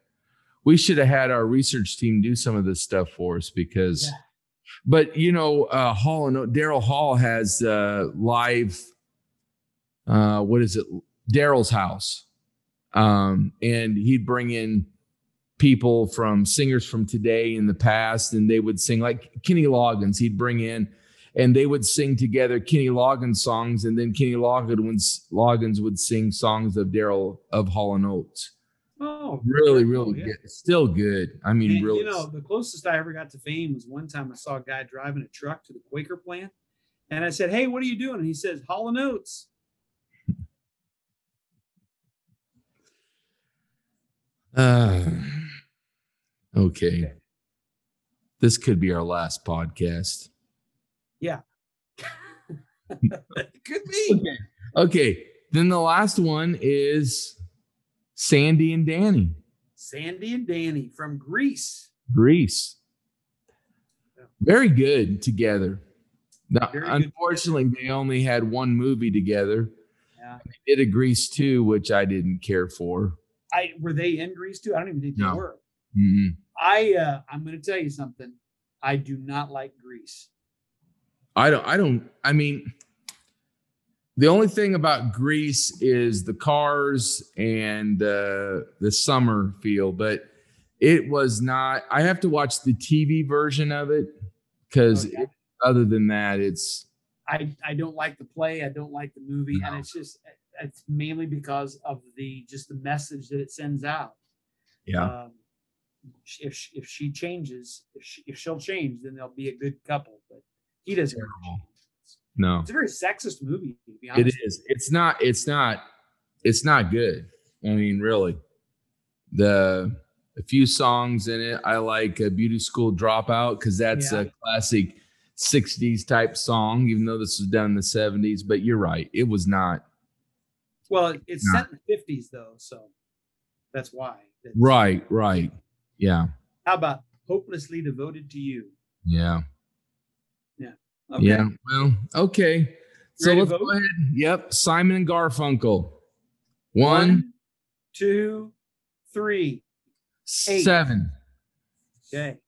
Speaker 3: We should have had our research team do some of this stuff for us because,
Speaker 2: Yeah.
Speaker 3: but you know, uh, Hall and Daryl Hall has uh, live. Uh, what is it? Daryl's house, um, and he'd bring in people from singers from today in the past, and they would sing like Kenny Loggins. He'd bring in. And they would sing together Kenny Loggins songs, and then Kenny Loggins, Loggins would sing songs of Daryl of Hall and Oates
Speaker 2: Oh,
Speaker 3: really,
Speaker 2: yeah.
Speaker 3: really
Speaker 2: Oh, yeah.
Speaker 3: good. Still good. I mean,
Speaker 2: And,
Speaker 3: really.
Speaker 2: You know, the closest I ever got to fame was one time I saw a guy driving a truck to the Quaker plant, and I said, "Hey, what are you doing?" And he says, "Hall and Oates."
Speaker 3: Uh, okay.
Speaker 2: Okay.
Speaker 3: This could be our last podcast.
Speaker 2: Could be.
Speaker 3: Okay. Then the last one is Sandy and Danny,
Speaker 2: Sandy and Danny from Greece.
Speaker 3: Greece.
Speaker 2: Yeah.
Speaker 3: Very good together. Now,
Speaker 2: Very good
Speaker 3: unfortunately, they only had one movie together.
Speaker 2: Yeah.
Speaker 3: They did a Grease 2, which I didn't care for.
Speaker 2: I were they in Greece too? I don't even think
Speaker 3: No.
Speaker 2: they were.
Speaker 3: Mm-mm.
Speaker 2: I uh, I'm going to tell you something. I do not like Greece.
Speaker 3: I don't. I don't. I mean, the only thing about Greece is the cars and uh, the summer feel, but it was not. I have to watch the TV version of it because
Speaker 2: Oh, yeah.
Speaker 3: other than that, it's
Speaker 2: I I don't like the play. I don't like the movie, and it's just it's mainly because of the just the message that it sends out.
Speaker 3: yeah.
Speaker 2: Um, sh- if she, if she changes, if, she, if she'll change, then they'll be a good couple. But he doesn't.
Speaker 3: Terrible. No,
Speaker 2: It's a very sexist movie. To be honest.
Speaker 3: it is. It's not. It's not. It's not good. I mean, really, the a few songs in it. I like uh, "Beauty School Dropout" because that's
Speaker 2: Yeah.
Speaker 3: a classic '60s type song. Even though this was done in the '70s, but you're right. It was not
Speaker 2: Well, it- it's
Speaker 3: No.
Speaker 2: set in the 50s though, so that's why. That's-
Speaker 3: right. Right. Yeah.
Speaker 2: How about hopelessly devoted to you?
Speaker 3: Yeah.
Speaker 2: Okay.
Speaker 3: Yeah. Well. Okay. So
Speaker 2: Ready to
Speaker 3: let's
Speaker 2: vote?
Speaker 3: go ahead. Yep. Simon and Garfunkel. One
Speaker 2: One, two, three. eight.
Speaker 3: seven.
Speaker 2: Okay.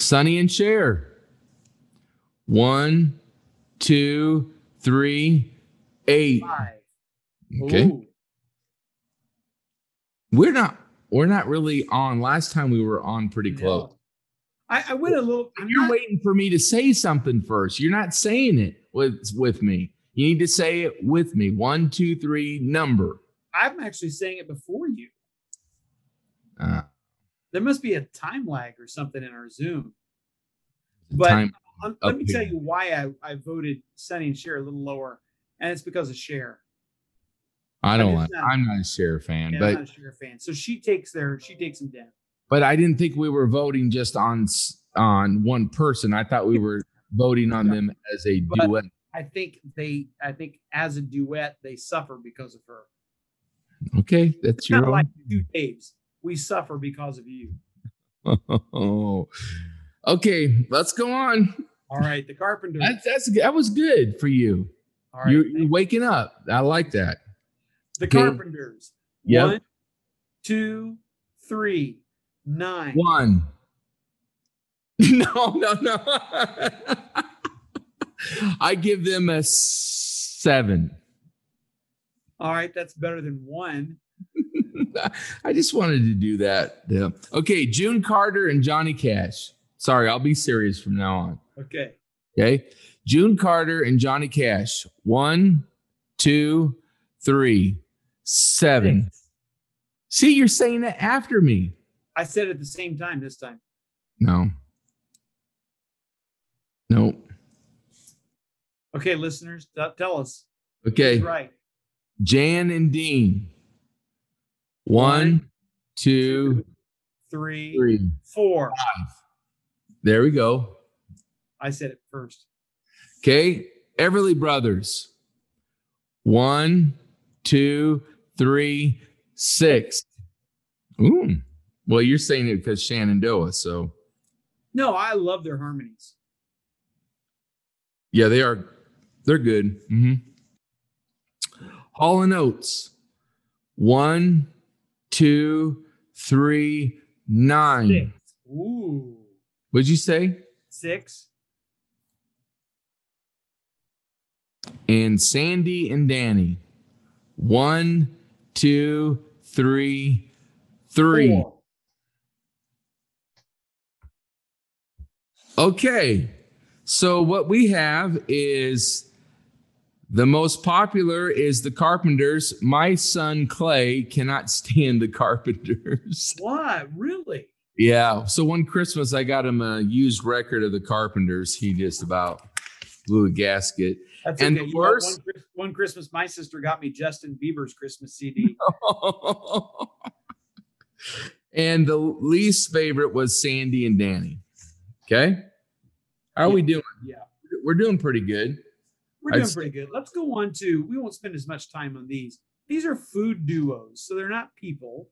Speaker 3: Sonny and Cher. One, two, three, eight.
Speaker 2: Five.
Speaker 3: Okay.
Speaker 2: Ooh.
Speaker 3: We're not we're not really on. Last time we were on pretty
Speaker 2: No.
Speaker 3: close.
Speaker 2: I, I went a little. I'm
Speaker 3: You're
Speaker 2: not-
Speaker 3: waiting for me to say something first. You're not saying it with with me. You need to say it with me. One, two, three, number.
Speaker 2: I'm actually saying it before you.
Speaker 3: Uh,
Speaker 2: There must be a time lag or something in our Zoom. But
Speaker 3: time-
Speaker 2: um, let me
Speaker 3: Okay.
Speaker 2: tell you why I, I voted Sunny and Cher a little lower, and it's because of Cher.
Speaker 3: I don't
Speaker 2: I'm
Speaker 3: like.
Speaker 2: just not-
Speaker 3: I'm not a Cher fan,
Speaker 2: And I'm
Speaker 3: but
Speaker 2: not a Cher fan, so she takes their she takes them down.
Speaker 3: but I didn't think we were voting just on s- on one person. I thought we were voting on them as a
Speaker 2: But-
Speaker 3: duet.
Speaker 2: I think they I think as a duet they suffer because of her.
Speaker 3: Okay, that's
Speaker 2: It's
Speaker 3: your
Speaker 2: not
Speaker 3: own.
Speaker 2: like two Daves. We suffer because of you.
Speaker 3: Oh, okay. Let's go on.
Speaker 2: All right, the Carpenters.
Speaker 3: That, that's that was good for you.
Speaker 2: All right,
Speaker 3: you're,
Speaker 2: thank
Speaker 3: you're waking up. I like that.
Speaker 2: the
Speaker 3: okay.
Speaker 2: Carpenters.
Speaker 3: Yep.
Speaker 2: One, two, three, nine.
Speaker 3: One. No, no, no. I give them a seven.
Speaker 2: All right, that's better than one.
Speaker 3: I just wanted to do that. Yeah. Okay, June Carter and Johnny Cash. Sorry, I'll be serious from now on.
Speaker 2: Okay.
Speaker 3: Okay. June Carter and Johnny Cash. One, two, three, seven.
Speaker 2: Six.
Speaker 3: See, you're saying that after me.
Speaker 2: I said it at the same time this time.
Speaker 3: No. Nope.
Speaker 2: Okay, listeners, t- tell us.
Speaker 3: Okay.
Speaker 2: Who's right.
Speaker 3: Jan and Dean. One, two,
Speaker 2: Three,
Speaker 3: three.
Speaker 2: four.
Speaker 3: There we go.
Speaker 2: I said it first.
Speaker 3: Okay. Everly Brothers. One, two, three, six. Ooh. Well, you're saying it because Shenandoah. So,
Speaker 2: No, I love their harmonies.
Speaker 3: yeah, they are. They're good. hmm
Speaker 2: Mm-hmm.
Speaker 3: Hall and Oates. One, two, three, nine.
Speaker 2: Six. Ooh.
Speaker 3: What'd you say?
Speaker 2: Six.
Speaker 3: and Sandy and Danny. One, two, three, three.
Speaker 2: Four.
Speaker 3: Okay. So what we have is the most popular is the Carpenters. My son Clay cannot stand the Carpenters.
Speaker 2: Why? Really?
Speaker 3: yeah. So one Christmas I got him a used record of the Carpenters. He just about blew a gasket.
Speaker 2: That's
Speaker 3: And
Speaker 2: okay.
Speaker 3: the
Speaker 2: You know,
Speaker 3: worst-
Speaker 2: one, Chris- one Christmas, my sister got me Justin Bieber's Christmas CD.
Speaker 3: and the least favorite was Sandy and Danny. Okay. How are we doing?
Speaker 2: Yeah.
Speaker 3: We're doing pretty good.
Speaker 2: We're
Speaker 3: I'd
Speaker 2: doing
Speaker 3: say-
Speaker 2: pretty good. Let's go on to, we won't spend as much time on these. These are food duos. So they're not people,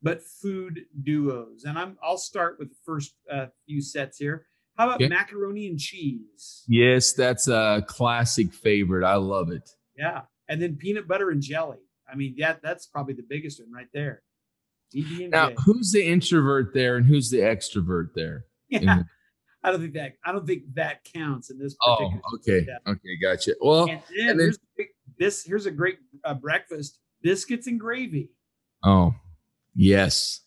Speaker 2: but food duos. And I'm, I'll start with the first uh, few sets here. How about
Speaker 3: Okay.
Speaker 2: macaroni and cheese?
Speaker 3: Yes, that's a classic favorite. I love it.
Speaker 2: Yeah. And then peanut butter and jelly. I mean, that that's probably the biggest one right there. PB&J.
Speaker 3: Now, who's the introvert there and who's the extrovert there?
Speaker 2: yeah. I don't think that I don't think that counts in this
Speaker 3: Oh,
Speaker 2: particular.
Speaker 3: okay.
Speaker 2: step.
Speaker 3: Okay, gotcha. Well,
Speaker 2: And then,
Speaker 3: and then-
Speaker 2: here's, a big- this here's a great uh, breakfast: biscuits and gravy.
Speaker 3: oh, yes.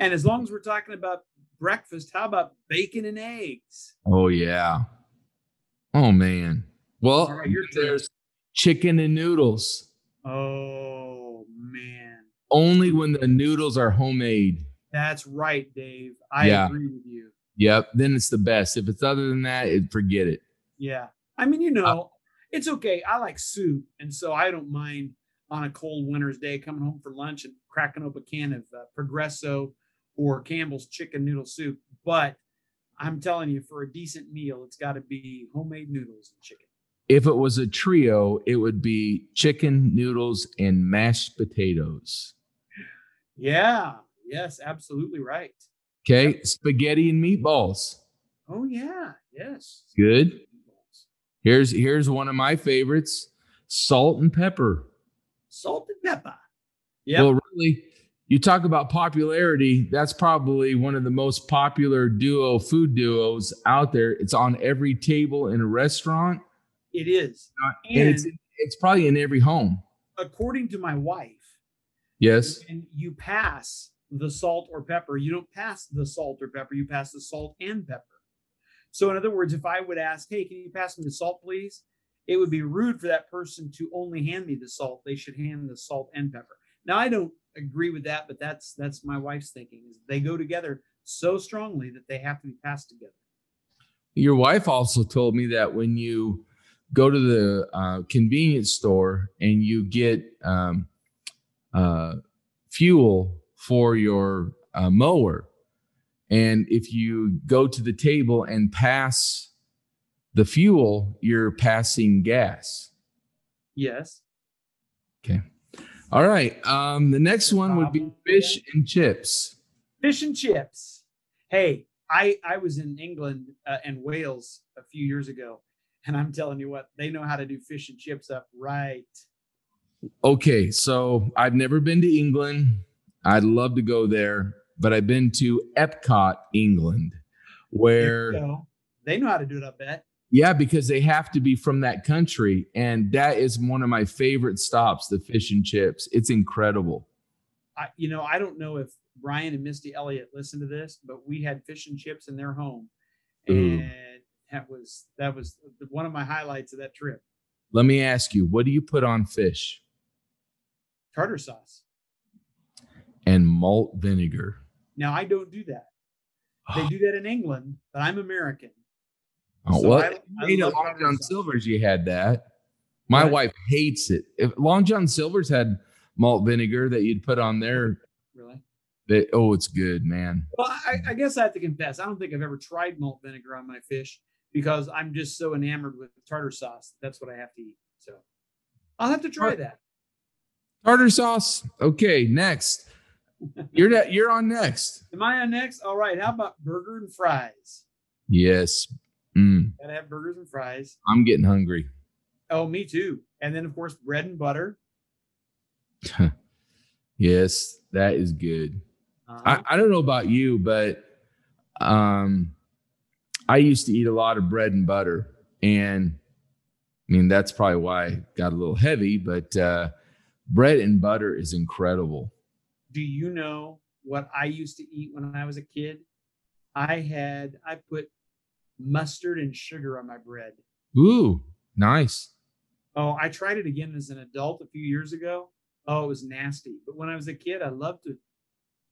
Speaker 2: And as long as we're talking about breakfast, how about bacon and eggs?
Speaker 3: Oh, yeah. Oh, man. Well,
Speaker 2: All right, your turn.
Speaker 3: there's chicken and noodles
Speaker 2: Oh man,
Speaker 3: only when the noodles are homemade.
Speaker 2: that's right, Dave. I
Speaker 3: Yeah.
Speaker 2: agree with you.
Speaker 3: Yep. Then it's the best. If it's other than that, it, forget it.
Speaker 2: Yeah. I mean, you know, it's okay. I like soup. And so I don't mind on a cold winter's day coming home for lunch and cracking up a can of uh, Progresso or Campbell's chicken noodle soup. But I'm telling you, for a decent meal, it's got to be homemade noodles and chicken.
Speaker 3: If it was a trio, it would be chicken noodles and mashed potatoes.
Speaker 2: Yeah. Yes. Absolutely right.
Speaker 3: Okay. Spaghetti and meatballs.
Speaker 2: Oh, yeah. Yes.
Speaker 3: Good. Here's here's one of my favorites: salt and pepper.
Speaker 2: Salt and pepper. Yeah.
Speaker 3: Well, really, you talk about popularity. That's probably one of the most popular duo food duos out there. It's on every table in a restaurant,
Speaker 2: it is.
Speaker 3: Uh, and, it's
Speaker 2: And-
Speaker 3: it's probably in every home.
Speaker 2: According to my wife,
Speaker 3: Yes.
Speaker 2: and you pass the salt or pepper. You don't pass the salt or pepper. You pass the salt and pepper. So, in other words, if I would ask, "Hey, can you pass me the salt, please?" It would be rude for that person to only hand me the salt. They should hand the salt and pepper. Now, I don't agree with that, but that's that's my wife's thinking. Is they go together so strongly that they have to be passed together.
Speaker 3: Your wife also told me that when you go to the uh, convenience store and you get um, uh, fuel for your uh, mower, and if you go to the table and pass the fuel, you're passing gas.
Speaker 2: Yes.
Speaker 3: All right. Um, the next one would be fish and chips.
Speaker 2: fish and chips. Hey, I I was in England uh, and Wales a few years ago, and I'm telling you what, they know how to do fish and chips up right.
Speaker 3: Okay, so I've never been to England. I'd love to go there, but I've been to Epcot, England, where
Speaker 2: So they know how to do it. I bet.
Speaker 3: yeah, because they have to be from that country, and that is one of my favorite stops, the fish and chips. It's incredible.
Speaker 2: I, you know, I don't know if Brian and Misty Elliott listen to this, but we had fish and chips in their home,
Speaker 3: Ooh.
Speaker 2: and that was that was the- one of my highlights of that trip.
Speaker 3: Let me ask you, what do you put on fish
Speaker 2: Tartar sauce.
Speaker 3: and malt vinegar?
Speaker 2: Now I don't do that. They do that in England, but I'm American.
Speaker 3: Oh,
Speaker 2: So
Speaker 3: well,
Speaker 2: I-
Speaker 3: you
Speaker 2: I
Speaker 3: ate at
Speaker 2: love
Speaker 3: Long
Speaker 2: tartar
Speaker 3: John
Speaker 2: sauce.
Speaker 3: Silver's, you had that. My
Speaker 2: Right.
Speaker 3: wife hates it. If Long John Silver's had malt vinegar that you'd put on there,
Speaker 2: Really?
Speaker 3: that oh, it's good, man.
Speaker 2: Well, I, I guess I have to confess, I don't think I've ever tried malt vinegar on my fish because I'm just so enamored with tartar sauce. That's what I have to eat. So I'll have to try that.
Speaker 3: Tartar sauce. Okay, next. You're ne- you're on next.
Speaker 2: Am I on next? All right. How about burger and fries?
Speaker 3: Yes. Mm,
Speaker 2: Gotta have burgers and fries.
Speaker 3: I'm getting hungry.
Speaker 2: Oh, me too. And then of course bread and butter.
Speaker 3: Yes, that is good.
Speaker 2: Uh,
Speaker 3: I, I don't know about you, but um I used to eat a lot of bread and butter. And I mean, that's probably why I got a little heavy, but uh bread and butter is incredible.
Speaker 2: do you know what I used to eat when I was a kid? I had I put mustard and sugar on my bread.
Speaker 3: Ooh, nice.
Speaker 2: Oh, I tried it again as an adult a few years ago. Oh, it was nasty. But when I was a kid, I loved to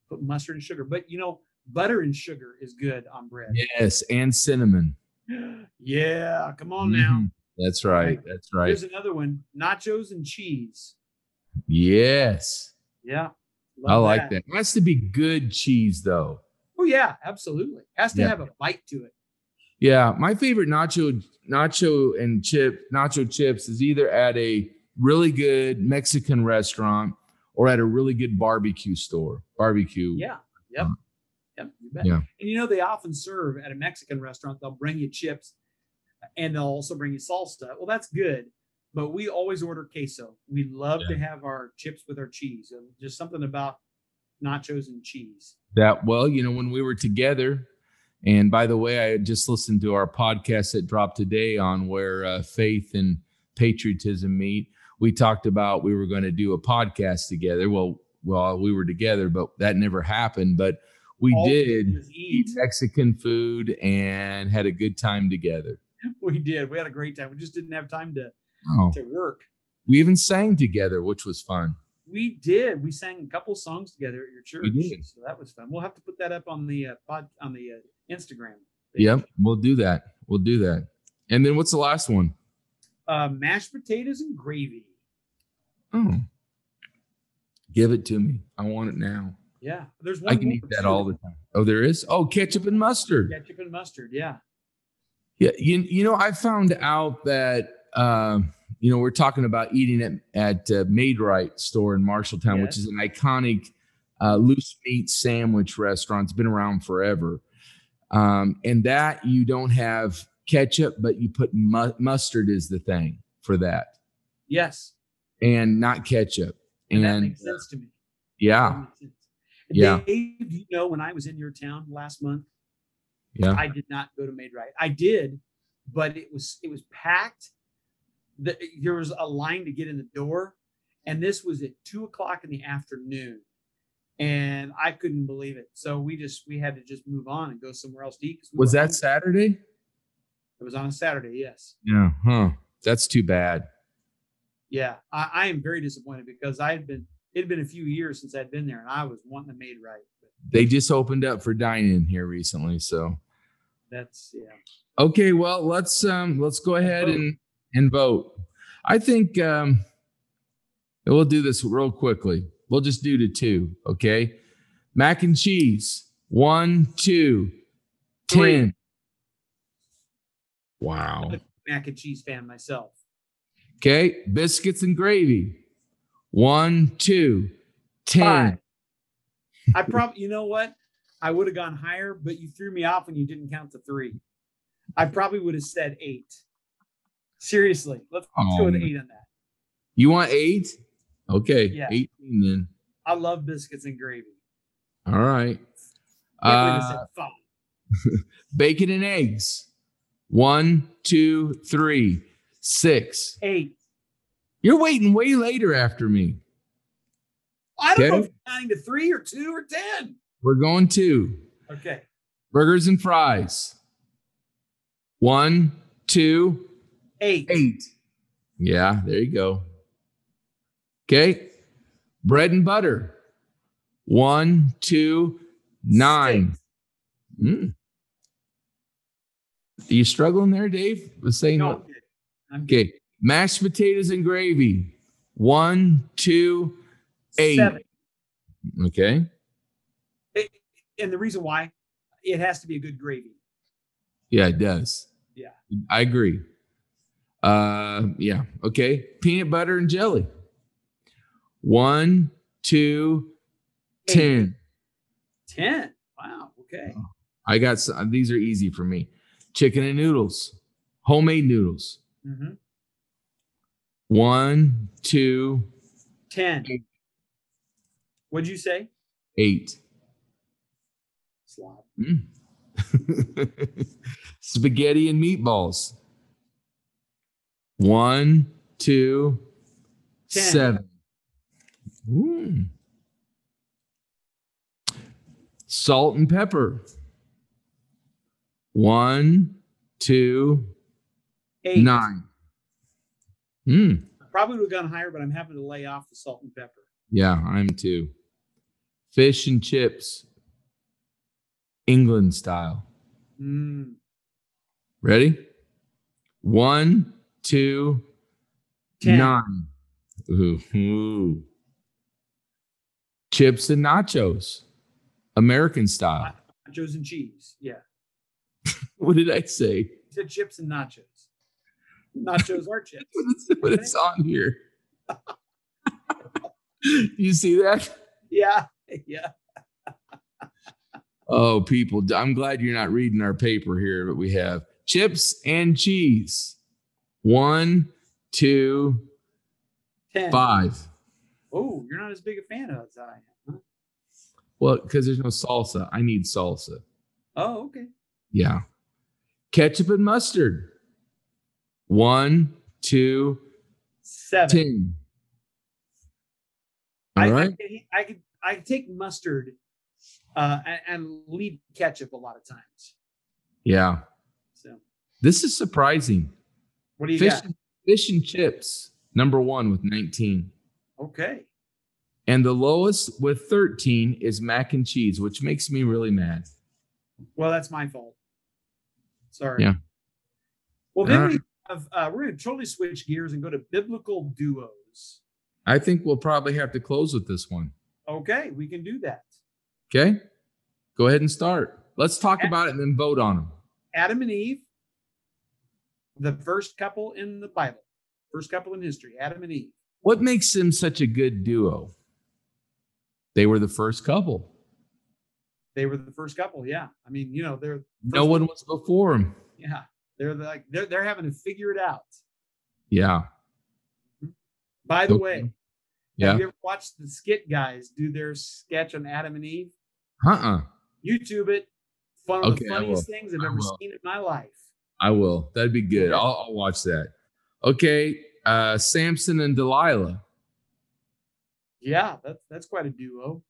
Speaker 2: put mustard and sugar. But you know, butter and sugar is good on bread.
Speaker 3: Yes, and cinnamon.
Speaker 2: Yeah, come on now.
Speaker 3: Mhm. That's right. That's right.
Speaker 2: Here's another one: nachos and cheese.
Speaker 3: Yes.
Speaker 2: Yeah,
Speaker 3: I like that. It has to be good cheese though.
Speaker 2: Oh yeah, absolutely. Has to
Speaker 3: Yeah.
Speaker 2: have a bite to it.
Speaker 3: Yeah, my favorite nacho nacho and chip nacho chips is either at a really good Mexican restaurant or at a really good barbecue store. Barbecue.
Speaker 2: Yeah. Yep. Yep. You bet.
Speaker 3: Um, Yeah.
Speaker 2: And you know they often serve at a Mexican restaurant. They'll bring you chips, uh, and they'll also bring you salsa. Well, that's good. But we always order queso. We love to have our chips with our cheese. And Just something about nachos and cheese.
Speaker 3: That well, you know, when we were together, and by the way, I had just listened to our podcast that dropped today on where uh, faith and patriotism meet. We talked about we were going to do a podcast together. Well, well, we were together, but that never happened. But we
Speaker 2: All
Speaker 3: did.
Speaker 2: is Eat.
Speaker 3: eat Mexican food and had a good time together.
Speaker 2: We did. We had a great time. We just didn't have time to
Speaker 3: Oh.
Speaker 2: to work.
Speaker 3: We even sang together, which was fun.
Speaker 2: we did. We sang a couple songs together at your church,
Speaker 3: We did.
Speaker 2: so that was fun. We'll have to put that up on the uh, pod on the uh, Instagram. page.
Speaker 3: Yep, we'll do that. We'll do that. And then what's the last one?
Speaker 2: Uh, mashed potatoes and gravy.
Speaker 3: Oh, give it to me. I want it now.
Speaker 2: Yeah, there's one.
Speaker 3: I can
Speaker 2: more,
Speaker 3: eat that
Speaker 2: too.
Speaker 3: all the time. Oh, there is. Oh, ketchup and mustard.
Speaker 2: ketchup and mustard. Yeah.
Speaker 3: Yeah, you, you know, I found out that um, you know we're talking about eating at at uh, Made Right store in Marshalltown, which
Speaker 2: Yes.
Speaker 3: is an iconic uh, loose meat sandwich restaurant. It's been around forever, um, and that you don't have ketchup, but you put mu- mustard is the thing for that,
Speaker 2: Yes.
Speaker 3: and not ketchup.
Speaker 2: And,
Speaker 3: And,
Speaker 2: that makes sense to me. That
Speaker 3: yeah,
Speaker 2: makes sense.
Speaker 3: Yeah.
Speaker 2: Dave, you know, when I was in your town last month,
Speaker 3: yeah,
Speaker 2: I did not go to Made Right. I did, but it was it was packed. The, there was a line to get in the door, and this was at two o'clock in the afternoon, and I couldn't believe it. So we just we had to just move on and go somewhere else to eat. 'cause we
Speaker 3: was
Speaker 2: were
Speaker 3: that
Speaker 2: hungry.
Speaker 3: Saturday?
Speaker 2: It was on a Saturday. Yes.
Speaker 3: Yeah, huh? That's too bad.
Speaker 2: Yeah, I, I am very disappointed because I had been it had been a few years since I'd been there, and I was wanting a Made Right. But
Speaker 3: They just opened up for dining here recently, so.
Speaker 2: that's yeah.
Speaker 3: Okay, well, let's um let's go ahead
Speaker 2: vote.
Speaker 3: and and vote. I think um we'll do this real quickly. We'll just do to two, okay? Mac and cheese. One, two,
Speaker 2: Three.
Speaker 3: ten. Wow.
Speaker 2: mac and cheese fan myself.
Speaker 3: Okay. Biscuits and gravy. One, two, ten.
Speaker 2: Five. I probably, you know what? I would have gone higher, but you threw me off when you didn't count the three. I probably would have said eight. Seriously, let's
Speaker 3: Oh,
Speaker 2: go with
Speaker 3: man.
Speaker 2: eight on that.
Speaker 3: You want eight? Okay.
Speaker 2: Yeah.
Speaker 3: 18 then.
Speaker 2: I love biscuits and gravy.
Speaker 3: All right.
Speaker 2: Can't believe I
Speaker 3: Uh,
Speaker 2: said five.
Speaker 3: bacon and eggs. One, two, three, six.
Speaker 2: Eight.
Speaker 3: You're waiting way later after me.
Speaker 2: I don't know
Speaker 3: okay.
Speaker 2: if you're counting to three or two or ten.
Speaker 3: We're going two
Speaker 2: Okay.
Speaker 3: burgers and fries. One, two,
Speaker 2: Eight.
Speaker 3: eight. Yeah, there you go. Okay. Bread and butter. One, two, nine.
Speaker 2: Six.
Speaker 3: Mm. Are you struggling there, Dave? With saying
Speaker 2: No,
Speaker 3: what-
Speaker 2: I'm good. I'm good.
Speaker 3: Okay. Mashed potatoes and gravy. One, two, eight.
Speaker 2: Seven.
Speaker 3: Okay.
Speaker 2: And the reason why it has to be a good gravy.
Speaker 3: Yeah, it does.
Speaker 2: Yeah.
Speaker 3: I agree. Uh yeah. Okay. Peanut butter and jelly. One, two,
Speaker 2: Eight.
Speaker 3: ten.
Speaker 2: Ten. Wow. Okay.
Speaker 3: I got some, these are easy for me. Chicken and noodles. Homemade noodles.
Speaker 2: Mhm.
Speaker 3: One, two,
Speaker 2: Ten.
Speaker 3: Eight.
Speaker 2: What'd you say?
Speaker 3: eight.
Speaker 2: Slob.
Speaker 3: Mm. Spaghetti and meatballs. One, two,
Speaker 2: Ten.
Speaker 3: seven. Mm. Salt and pepper. One, two,
Speaker 2: Eight.
Speaker 3: nine. Mm.
Speaker 2: Probably would have gone higher, but I'm happy to lay off the salt and pepper.
Speaker 3: Yeah, I'm two. Fish and chips, England style.
Speaker 2: Mm,
Speaker 3: Ready? One, two,
Speaker 2: Ten.
Speaker 3: nine. Ooh, ooh. Chips and nachos, American style.
Speaker 2: nachos and cheese. Yeah.
Speaker 3: What did I say?
Speaker 2: You said chips and nachos. Nachos are chips.
Speaker 3: That's what it's on here. you see that?
Speaker 2: Yeah. Yeah.
Speaker 3: Oh, people, I'm glad you're not reading our paper here, but we have chips and cheese. One, two,
Speaker 2: Ten.
Speaker 3: five.
Speaker 2: Oh, you're not as big a fan of it as I am. huh?
Speaker 3: Well, because there's no salsa. I need salsa.
Speaker 2: Oh, okay.
Speaker 3: Yeah. Ketchup and mustard. One, two,
Speaker 2: Seven.
Speaker 3: ten.
Speaker 2: I,
Speaker 3: All
Speaker 2: I
Speaker 3: right.
Speaker 2: could- I could I could take mustard uh, and, and leave ketchup a lot of times.
Speaker 3: Yeah.
Speaker 2: So
Speaker 3: This is surprising.
Speaker 2: what do you
Speaker 3: Fish,
Speaker 2: got?
Speaker 3: fish and chips, number one with 19.
Speaker 2: Okay.
Speaker 3: And the lowest with 13 is mac and cheese, which makes me really mad.
Speaker 2: Well, that's my fault. Sorry.
Speaker 3: Yeah.
Speaker 2: Well, then
Speaker 3: All
Speaker 2: we have, uh, we're going to totally switch gears and go to biblical duos.
Speaker 3: I think we'll probably have to close with this one.
Speaker 2: Okay, we can do that.
Speaker 3: Okay. Go ahead and start. Let's talk
Speaker 2: Okay.
Speaker 3: about it and then vote on them.
Speaker 2: Adam and Eve, the first couple in the Bible, first couple in history, Adam and Eve.
Speaker 3: What makes them such a good duo? They were the first couple.
Speaker 2: They were the first couple. Yeah. I mean, you know, they're,
Speaker 3: No one was before them.
Speaker 2: yeah, they're like, they're, they're having to figure it out.
Speaker 3: Yeah.
Speaker 2: By the
Speaker 3: Okay.
Speaker 2: way,
Speaker 3: Yeah.
Speaker 2: have you ever watched the skit guys do their sketch on Adam and Eve?
Speaker 3: Uh-uh.
Speaker 2: YouTube it. It's One of
Speaker 3: Okay,
Speaker 2: the
Speaker 3: I
Speaker 2: funniest things I've
Speaker 3: I
Speaker 2: ever
Speaker 3: will.
Speaker 2: seen in my life.
Speaker 3: I will. That'd be good. I'll, I'll watch that. Okay. Uh, Samson and Delilah.
Speaker 2: Yeah, that's that's quite a duo.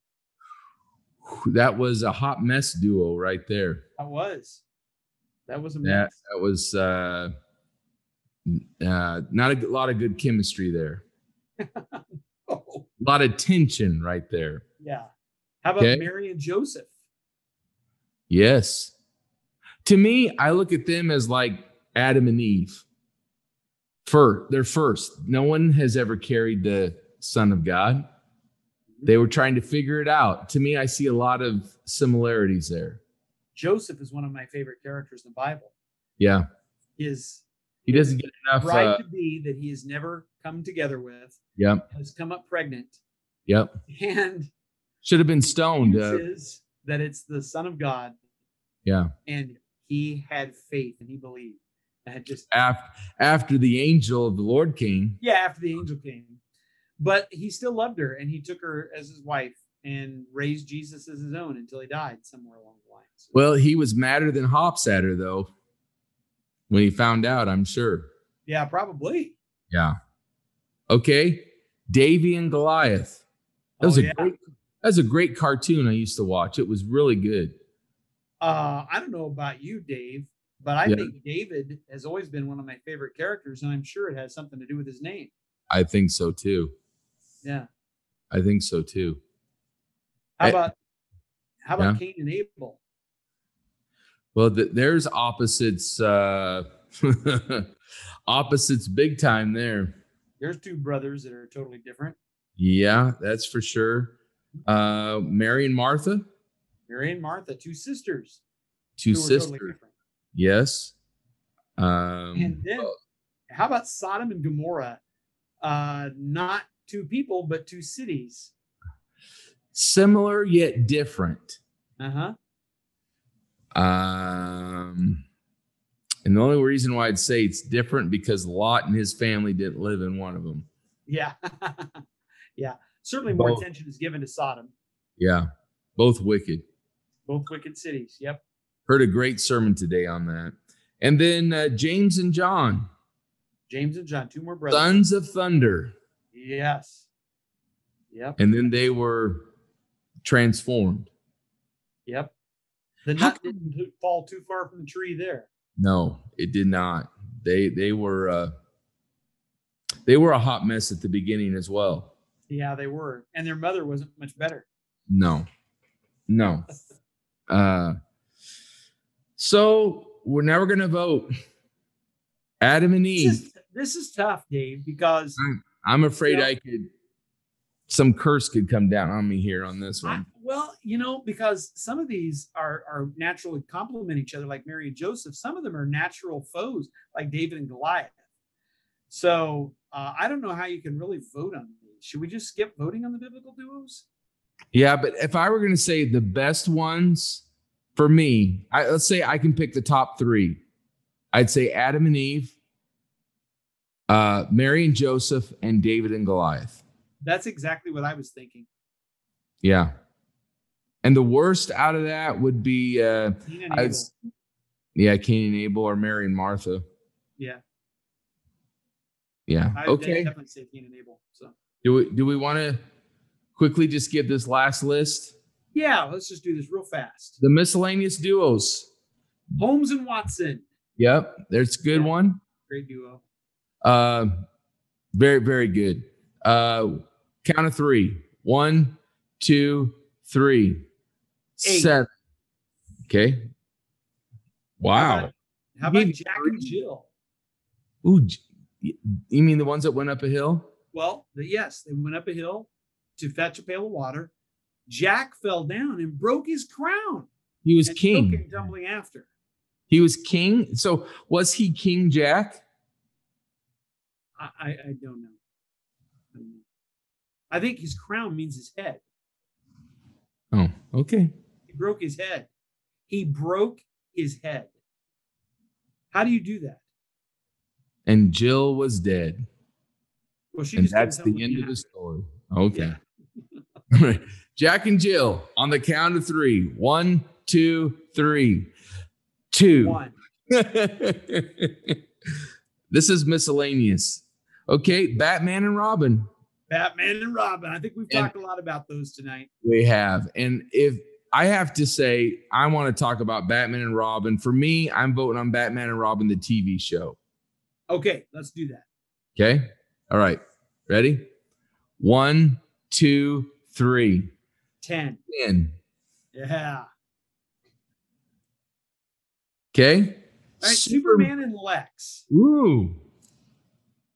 Speaker 3: That was a hot mess duo right there.
Speaker 2: That was. That was a
Speaker 3: That
Speaker 2: mess.
Speaker 3: that was uh, uh, not a lot of good chemistry there.
Speaker 2: Oh,
Speaker 3: A lot of tension right there.
Speaker 2: yeah. How about
Speaker 3: Okay.
Speaker 2: Mary and Joseph?
Speaker 3: Yes. To me, I look at them as like Adam and Eve. For they're first. No one has ever carried the Son of God. They were trying to figure it out. To me, I see a lot of similarities there.
Speaker 2: Joseph is one of my favorite characters in the Bible.
Speaker 3: Yeah.
Speaker 2: His
Speaker 3: He doesn't get enough.
Speaker 2: bride
Speaker 3: Uh,
Speaker 2: to be that he has never come together with
Speaker 3: yep.
Speaker 2: has come up pregnant
Speaker 3: Yep.
Speaker 2: and
Speaker 3: Should have been stoned. Uh,
Speaker 2: is that it's the Son of God
Speaker 3: yeah.
Speaker 2: and he had faith and he believed. And had just
Speaker 3: After, after the angel of the Lord came.
Speaker 2: yeah after the angel came but he still loved her and he took her as his wife and raised jesus as his own until he died somewhere along the line So-
Speaker 3: Well, he was madder than hops at her, though, when he found out, I'm sure.
Speaker 2: yeah probably
Speaker 3: Yeah. Okay. Davy and Goliath. That was
Speaker 2: Oh,
Speaker 3: a
Speaker 2: yeah.
Speaker 3: great that was a great cartoon I used to watch. It was really good.
Speaker 2: uh i don't know about you dave but i
Speaker 3: Yeah.
Speaker 2: think david has always been one of my favorite characters and i'm sure it has something to do with his name
Speaker 3: I think so too.
Speaker 2: yeah
Speaker 3: I think so too.
Speaker 2: how
Speaker 3: I-
Speaker 2: about how about cain and abel
Speaker 3: Well, th- there's opposites uh opposites big time there.
Speaker 2: there's two brothers that are totally different
Speaker 3: Yeah, that's for sure. Uh Mary and Martha,
Speaker 2: mary and martha two sisters
Speaker 3: two
Speaker 2: who are
Speaker 3: sisters.
Speaker 2: totally different.
Speaker 3: yes. Um
Speaker 2: And then, how about Sodom and Gomorrah? Uh, not two people, but two cities.
Speaker 3: similar yet different.
Speaker 2: Uh huh.
Speaker 3: Um, and the only reason why I'd say it's different because Lot and his family didn't live in one of them.
Speaker 2: Yeah. yeah. Certainly more
Speaker 3: Both.
Speaker 2: attention is given to Sodom,
Speaker 3: Yeah, both wicked.
Speaker 2: both wicked cities. Yep.
Speaker 3: Heard a great sermon today on that. And then uh, James and John,
Speaker 2: James and John, two more brothers.
Speaker 3: sons of thunder,
Speaker 2: Yes. Yep.
Speaker 3: and then they were transformed.
Speaker 2: Yep. The
Speaker 3: How
Speaker 2: nut didn't fall too far from the tree there.
Speaker 3: No, it did not. They they were uh, they were a hot mess at the beginning as well.
Speaker 2: Yeah, they were. And their mother wasn't much better.
Speaker 3: No, no. Uh, so we're never going to vote. Adam and
Speaker 2: This
Speaker 3: Eve.
Speaker 2: is, this is tough, Dave, because
Speaker 3: I'm afraid
Speaker 2: Yeah.
Speaker 3: I could. Some curse could come down on me here on this
Speaker 2: I,
Speaker 3: one.
Speaker 2: well, you know, because some of these are are naturally complement each other, like Mary and Joseph. Some of them are natural foes, like David and Goliath. So uh, I don't know how you can really vote on these. Should we just skip voting on the biblical duos?
Speaker 3: Yeah, but if I were going to say the best ones for me, I, let's say I can pick the top three. I'd say Adam and Eve, uh, Mary and Joseph, and David and Goliath.
Speaker 2: That's exactly what I was thinking.
Speaker 3: Yeah. And the worst out of that would be uh,
Speaker 2: Cain and
Speaker 3: I
Speaker 2: Abel.
Speaker 3: was- Yeah, Cain and Abel or Mary and Martha.
Speaker 2: Yeah.
Speaker 3: Yeah.
Speaker 2: I would
Speaker 3: Okay.
Speaker 2: definitely say Cain and Abel. So
Speaker 3: Do we do we want to quickly just give this last list?
Speaker 2: yeah, let's just do this real fast.
Speaker 3: The miscellaneous duos.
Speaker 2: Holmes and Watson,
Speaker 3: Yep, there's a good
Speaker 2: Yeah.
Speaker 3: one.
Speaker 2: great duo.
Speaker 3: Uh, very very good. Uh, count of three. One, two, three,
Speaker 2: Eight.
Speaker 3: seven. Okay.
Speaker 2: How
Speaker 3: Wow.
Speaker 2: about- How
Speaker 3: You
Speaker 2: about
Speaker 3: gave
Speaker 2: Jack and Jill?
Speaker 3: Ooh, j- y- you mean the ones that went up a hill?
Speaker 2: Well, the, yes, they went up a hill to fetch a pail of water. Jack fell down and broke his crown.
Speaker 3: He was
Speaker 2: and Jill
Speaker 3: king.
Speaker 2: came tumbling after.
Speaker 3: He was king. So was he King Jack?
Speaker 2: I, I, I don't know. I don't know. I think his crown means his head.
Speaker 3: Oh, okay.
Speaker 2: He broke his head. He broke his head. How do you do that?
Speaker 3: And Jill was dead.
Speaker 2: Well, she
Speaker 3: and
Speaker 2: just came
Speaker 3: that's the
Speaker 2: tumbling
Speaker 3: end of
Speaker 2: after.
Speaker 3: the story. Okay. All right. Jack and Jill on the count of three. One, two, three. Two.
Speaker 2: One.
Speaker 3: this is miscellaneous. Okay, Batman and Robin.
Speaker 2: Batman and Robin. I think we've
Speaker 3: And-
Speaker 2: talked a lot about those tonight.
Speaker 3: We have. And if I have to say, I want to talk about Batman and Robin. For me, I'm voting on Batman and Robin, the TV show.
Speaker 2: Okay, let's do that.
Speaker 3: Okay. All right. Ready? One, two, three.
Speaker 2: 10.
Speaker 3: In.
Speaker 2: Yeah.
Speaker 3: Okay.
Speaker 2: All right, Superman and Lex.
Speaker 3: Ooh.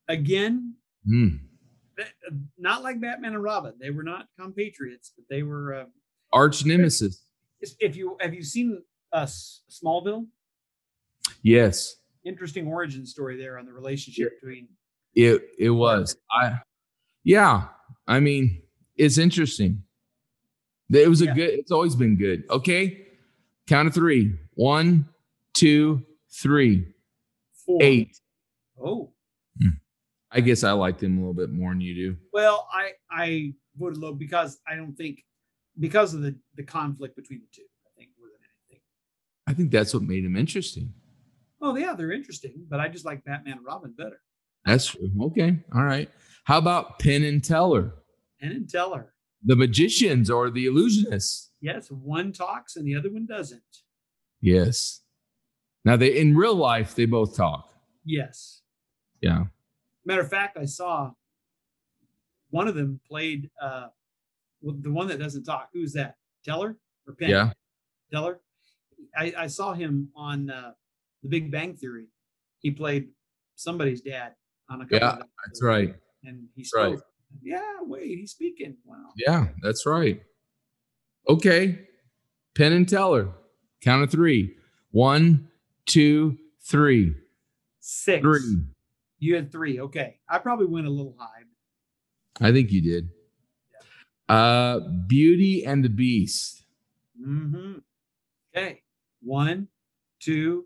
Speaker 2: Again,
Speaker 3: Hmm.
Speaker 2: th- not like Batman and Robin. They were not compatriots, but they were. Uh,
Speaker 3: Arch nemesis.
Speaker 2: if- if you have you seen us Smallville,
Speaker 3: Yes.
Speaker 2: interesting origin story there on the relationship between.
Speaker 3: It it was. I yeah. I mean, it's interesting. It was a
Speaker 2: Yeah.
Speaker 3: good, it's always been good. Okay. Count of three. One, two, three,
Speaker 2: Four.
Speaker 3: eight.
Speaker 2: Oh
Speaker 3: I guess I liked him a little bit more than you do.
Speaker 2: well, I I voted low because I don't think because of the the conflict between the two. I think more than anything.
Speaker 3: I think that's what made him interesting.
Speaker 2: Oh yeah, they're interesting, but I just like Batman and Robin better.
Speaker 3: That's true. Okay. All right. How about Penn and Teller?
Speaker 2: And in Teller,
Speaker 3: The magicians or the illusionists?
Speaker 2: yes, one talks and the other one doesn't.
Speaker 3: Yes. Now they in real life they both talk.
Speaker 2: Yes.
Speaker 3: Yeah.
Speaker 2: Matter of fact, I saw one of them played uh well, the one that doesn't talk. Who's that? Teller or Penn?
Speaker 3: Yeah.
Speaker 2: Teller. I, I saw him on uh, The Big Bang Theory. He played somebody's dad on a couple.
Speaker 3: Yeah,
Speaker 2: of them.
Speaker 3: That's right.
Speaker 2: And he spoke.
Speaker 3: right.
Speaker 2: Yeah, wait, he's speaking. Wow.
Speaker 3: Yeah, that's right. Okay. Penn and Teller. Count of three. One, two, three.
Speaker 2: Six.
Speaker 3: Three.
Speaker 2: You had three. Okay, I probably went a little high.
Speaker 3: I think you did. Uh Beauty and the Beast.
Speaker 2: Mm-hmm. Okay, one, two,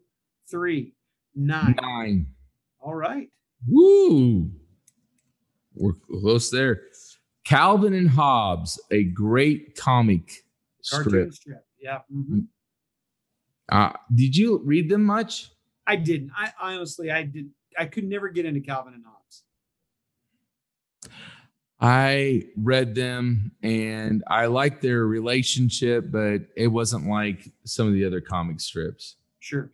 Speaker 2: three, nine.
Speaker 3: Nine. Mm-hmm.
Speaker 2: All right.
Speaker 3: Woo. We're close there. Calvin and Hobbes, a great comic
Speaker 2: Cartoon
Speaker 3: strip.
Speaker 2: strip. Yeah. hmm
Speaker 3: Mm. Uh, did you read them much?
Speaker 2: I didn't. I honestly, I didn't. I could never get into Calvin and Hobbes.
Speaker 3: I read them and I liked their relationship, but it wasn't like some of the other comic strips.
Speaker 2: Sure.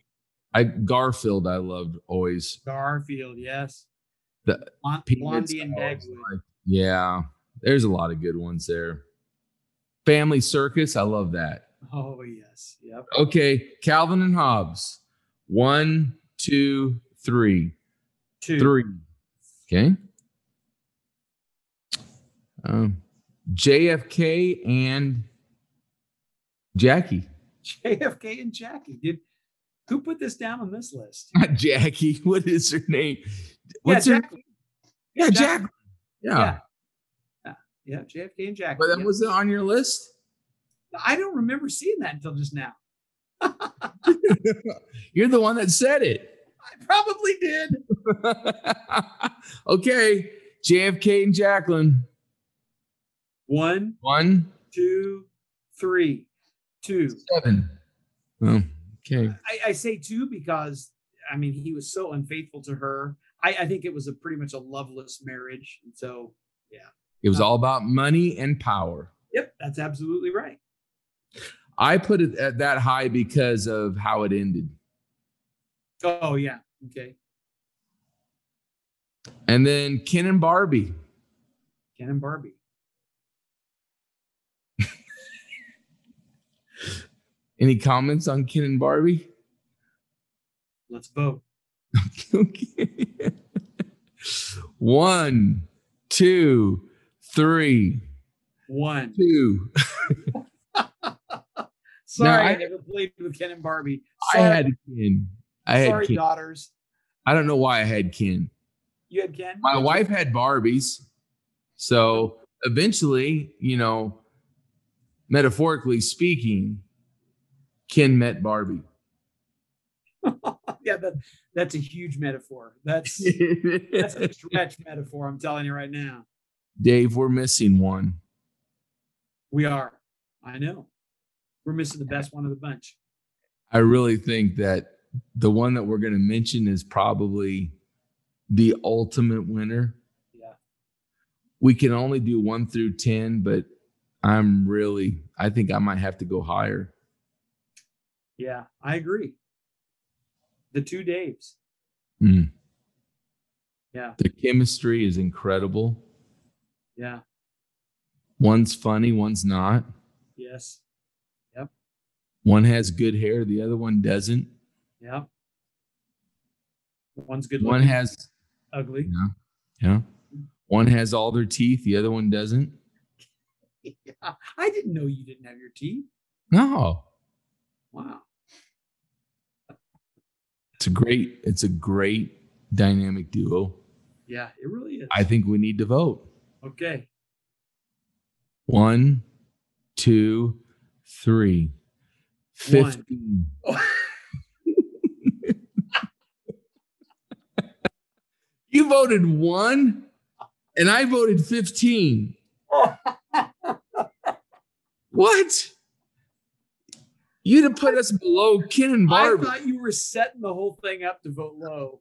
Speaker 3: I Garfield I loved always.
Speaker 2: Garfield. Yes.
Speaker 3: The
Speaker 2: Blon-
Speaker 3: Peanuts,
Speaker 2: Blondie and
Speaker 3: I always
Speaker 2: Dagwood.
Speaker 3: liked. Yeah. There's a lot of good ones there. Family Circus, I love that.
Speaker 2: Oh yes. Yep.
Speaker 3: Okay, Calvin and Hobbes. One, two, three.
Speaker 2: Two.
Speaker 3: Three. Okay. Um, JFK and Jackie.
Speaker 2: JFK and Jackie. Did who put this down on this list?
Speaker 3: Not Jackie. What is her name? What's
Speaker 2: yeah,
Speaker 3: her?
Speaker 2: Jackie.
Speaker 3: Yeah,
Speaker 2: Jack-
Speaker 3: Jack. Yeah.
Speaker 2: Yeah. Yeah, JFK and Jackie.
Speaker 3: But that
Speaker 2: yeah.
Speaker 3: wasn't on your list.
Speaker 2: I don't remember seeing that until just now.
Speaker 3: You're the one that said it.
Speaker 2: I probably did.
Speaker 3: okay. JFK and Jacqueline.
Speaker 2: One,
Speaker 3: One,
Speaker 2: two, three, two.
Speaker 3: seven. Oh, okay.
Speaker 2: I, I say two because I mean he was so unfaithful to her. I, I think it was a pretty much a loveless marriage. And so
Speaker 3: It was all about money and power.
Speaker 2: yep, that's absolutely right.
Speaker 3: I put it at that high because of how it ended.
Speaker 2: Oh yeah. Okay.
Speaker 3: And then Ken and Barbie.
Speaker 2: Ken and Barbie.
Speaker 3: Any comments on Ken and Barbie?
Speaker 2: Let's vote.
Speaker 3: Okay. One, two, three,
Speaker 2: One.
Speaker 3: two.
Speaker 2: Sorry, I,
Speaker 3: I-
Speaker 2: never played with Ken and Barbie.
Speaker 3: I
Speaker 2: Sorry,
Speaker 3: had Ken. I had
Speaker 2: sorry
Speaker 3: Ken.
Speaker 2: daughters.
Speaker 3: I don't know why I had Ken.
Speaker 2: You had Ken.
Speaker 3: My wife had Barbies. So eventually, you know, metaphorically speaking, Ken met Barbie.
Speaker 2: yeah, that, that's a huge metaphor. That's that's a stretch metaphor. I'm telling you right now.
Speaker 3: Dave, we're missing one.
Speaker 2: We are. I know. We're missing the best one of the bunch.
Speaker 3: I really think that the one that we're going to mention is probably the ultimate winner.
Speaker 2: Yeah.
Speaker 3: We can only do one through 10, but I'm really, I think I might have to go higher.
Speaker 2: Yeah, I agree. The two Daves.
Speaker 3: Mm.
Speaker 2: Yeah.
Speaker 3: The chemistry is incredible.
Speaker 2: Yeah.
Speaker 3: One's funny, one's not.
Speaker 2: Yes.
Speaker 3: One has good hair, the other one doesn't.
Speaker 2: Yeah. One's good
Speaker 3: One
Speaker 2: looking,
Speaker 3: has,
Speaker 2: ugly.
Speaker 3: yeah, one has all their teeth, the other one doesn't.
Speaker 2: Yeah. I didn't know you didn't have your teeth.
Speaker 3: No,
Speaker 2: Wow.
Speaker 3: it's a great, it's a great dynamic duo.
Speaker 2: Yeah, it really is.
Speaker 3: I think we need to vote.
Speaker 2: okay.
Speaker 3: One, two, three.
Speaker 2: One.
Speaker 3: 15. You voted one, and I voted 15. what? You'd have put us below Ken and
Speaker 2: I
Speaker 3: Barbie.
Speaker 2: thought you were setting the whole thing up to vote low.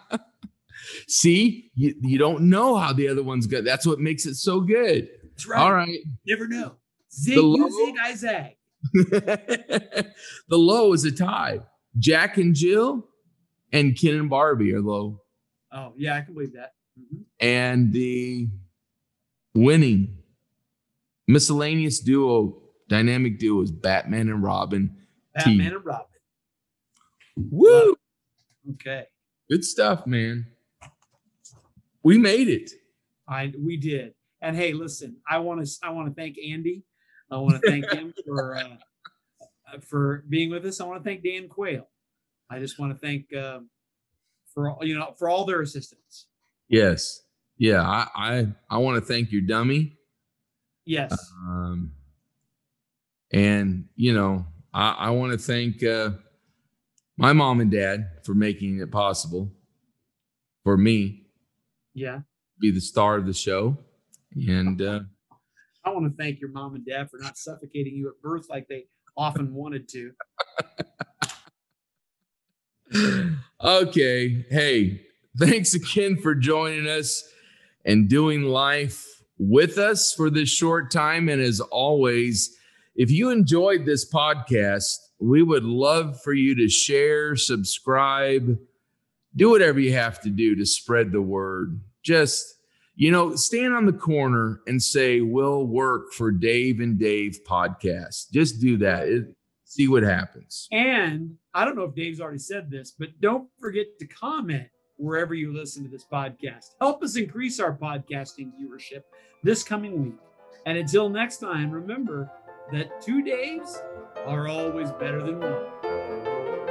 Speaker 3: See, you, you don't know how the other one's good. That's what makes it so good.
Speaker 2: That's right.
Speaker 3: All right.
Speaker 2: Never know. Zig,
Speaker 3: The
Speaker 2: you
Speaker 3: low-
Speaker 2: zig, I zag.
Speaker 3: the low is a tie. Jack and Jill and Ken and Barbie are low.
Speaker 2: Oh, yeah, I can believe that. Mhm.
Speaker 3: And the winning miscellaneous duo, dynamic duo is Batman and Robin. T.
Speaker 2: Batman and Robin.
Speaker 3: Woo!
Speaker 2: Okay.
Speaker 3: Good stuff, man. We made it.
Speaker 2: I we did. And hey, listen, I want to I want to thank Andy. I want to thank him for uh, uh, for being with us. I want to thank Dan Quayle. I just want to thank um, for all you know for all their assistance.
Speaker 3: Yes. Yeah. I I, I want to thank your dummy.
Speaker 2: Yes,
Speaker 3: Um, and you know, I, I want to thank uh, my mom and dad for making it possible for me
Speaker 2: yeah.
Speaker 3: to be the star of the show. And uh,
Speaker 2: I want to thank your mom and dad for not suffocating you at birth like they often wanted to.
Speaker 3: okay, hey, thanks again for joining us and doing life with us for this short time. And as always, if you enjoyed this podcast, we would love for you to share, subscribe, do whatever you have to do to spread the word. Just, you know, stand on the corner and say, We'll work for Dave and Dave podcast. Just do that. It, see what happens.
Speaker 2: And I don't know if Dave's already said this, but don't forget to comment wherever you listen to this podcast. Help us increase our podcasting viewership this coming week. And until next time, remember that two days are always better than one.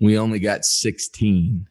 Speaker 3: We only got 16.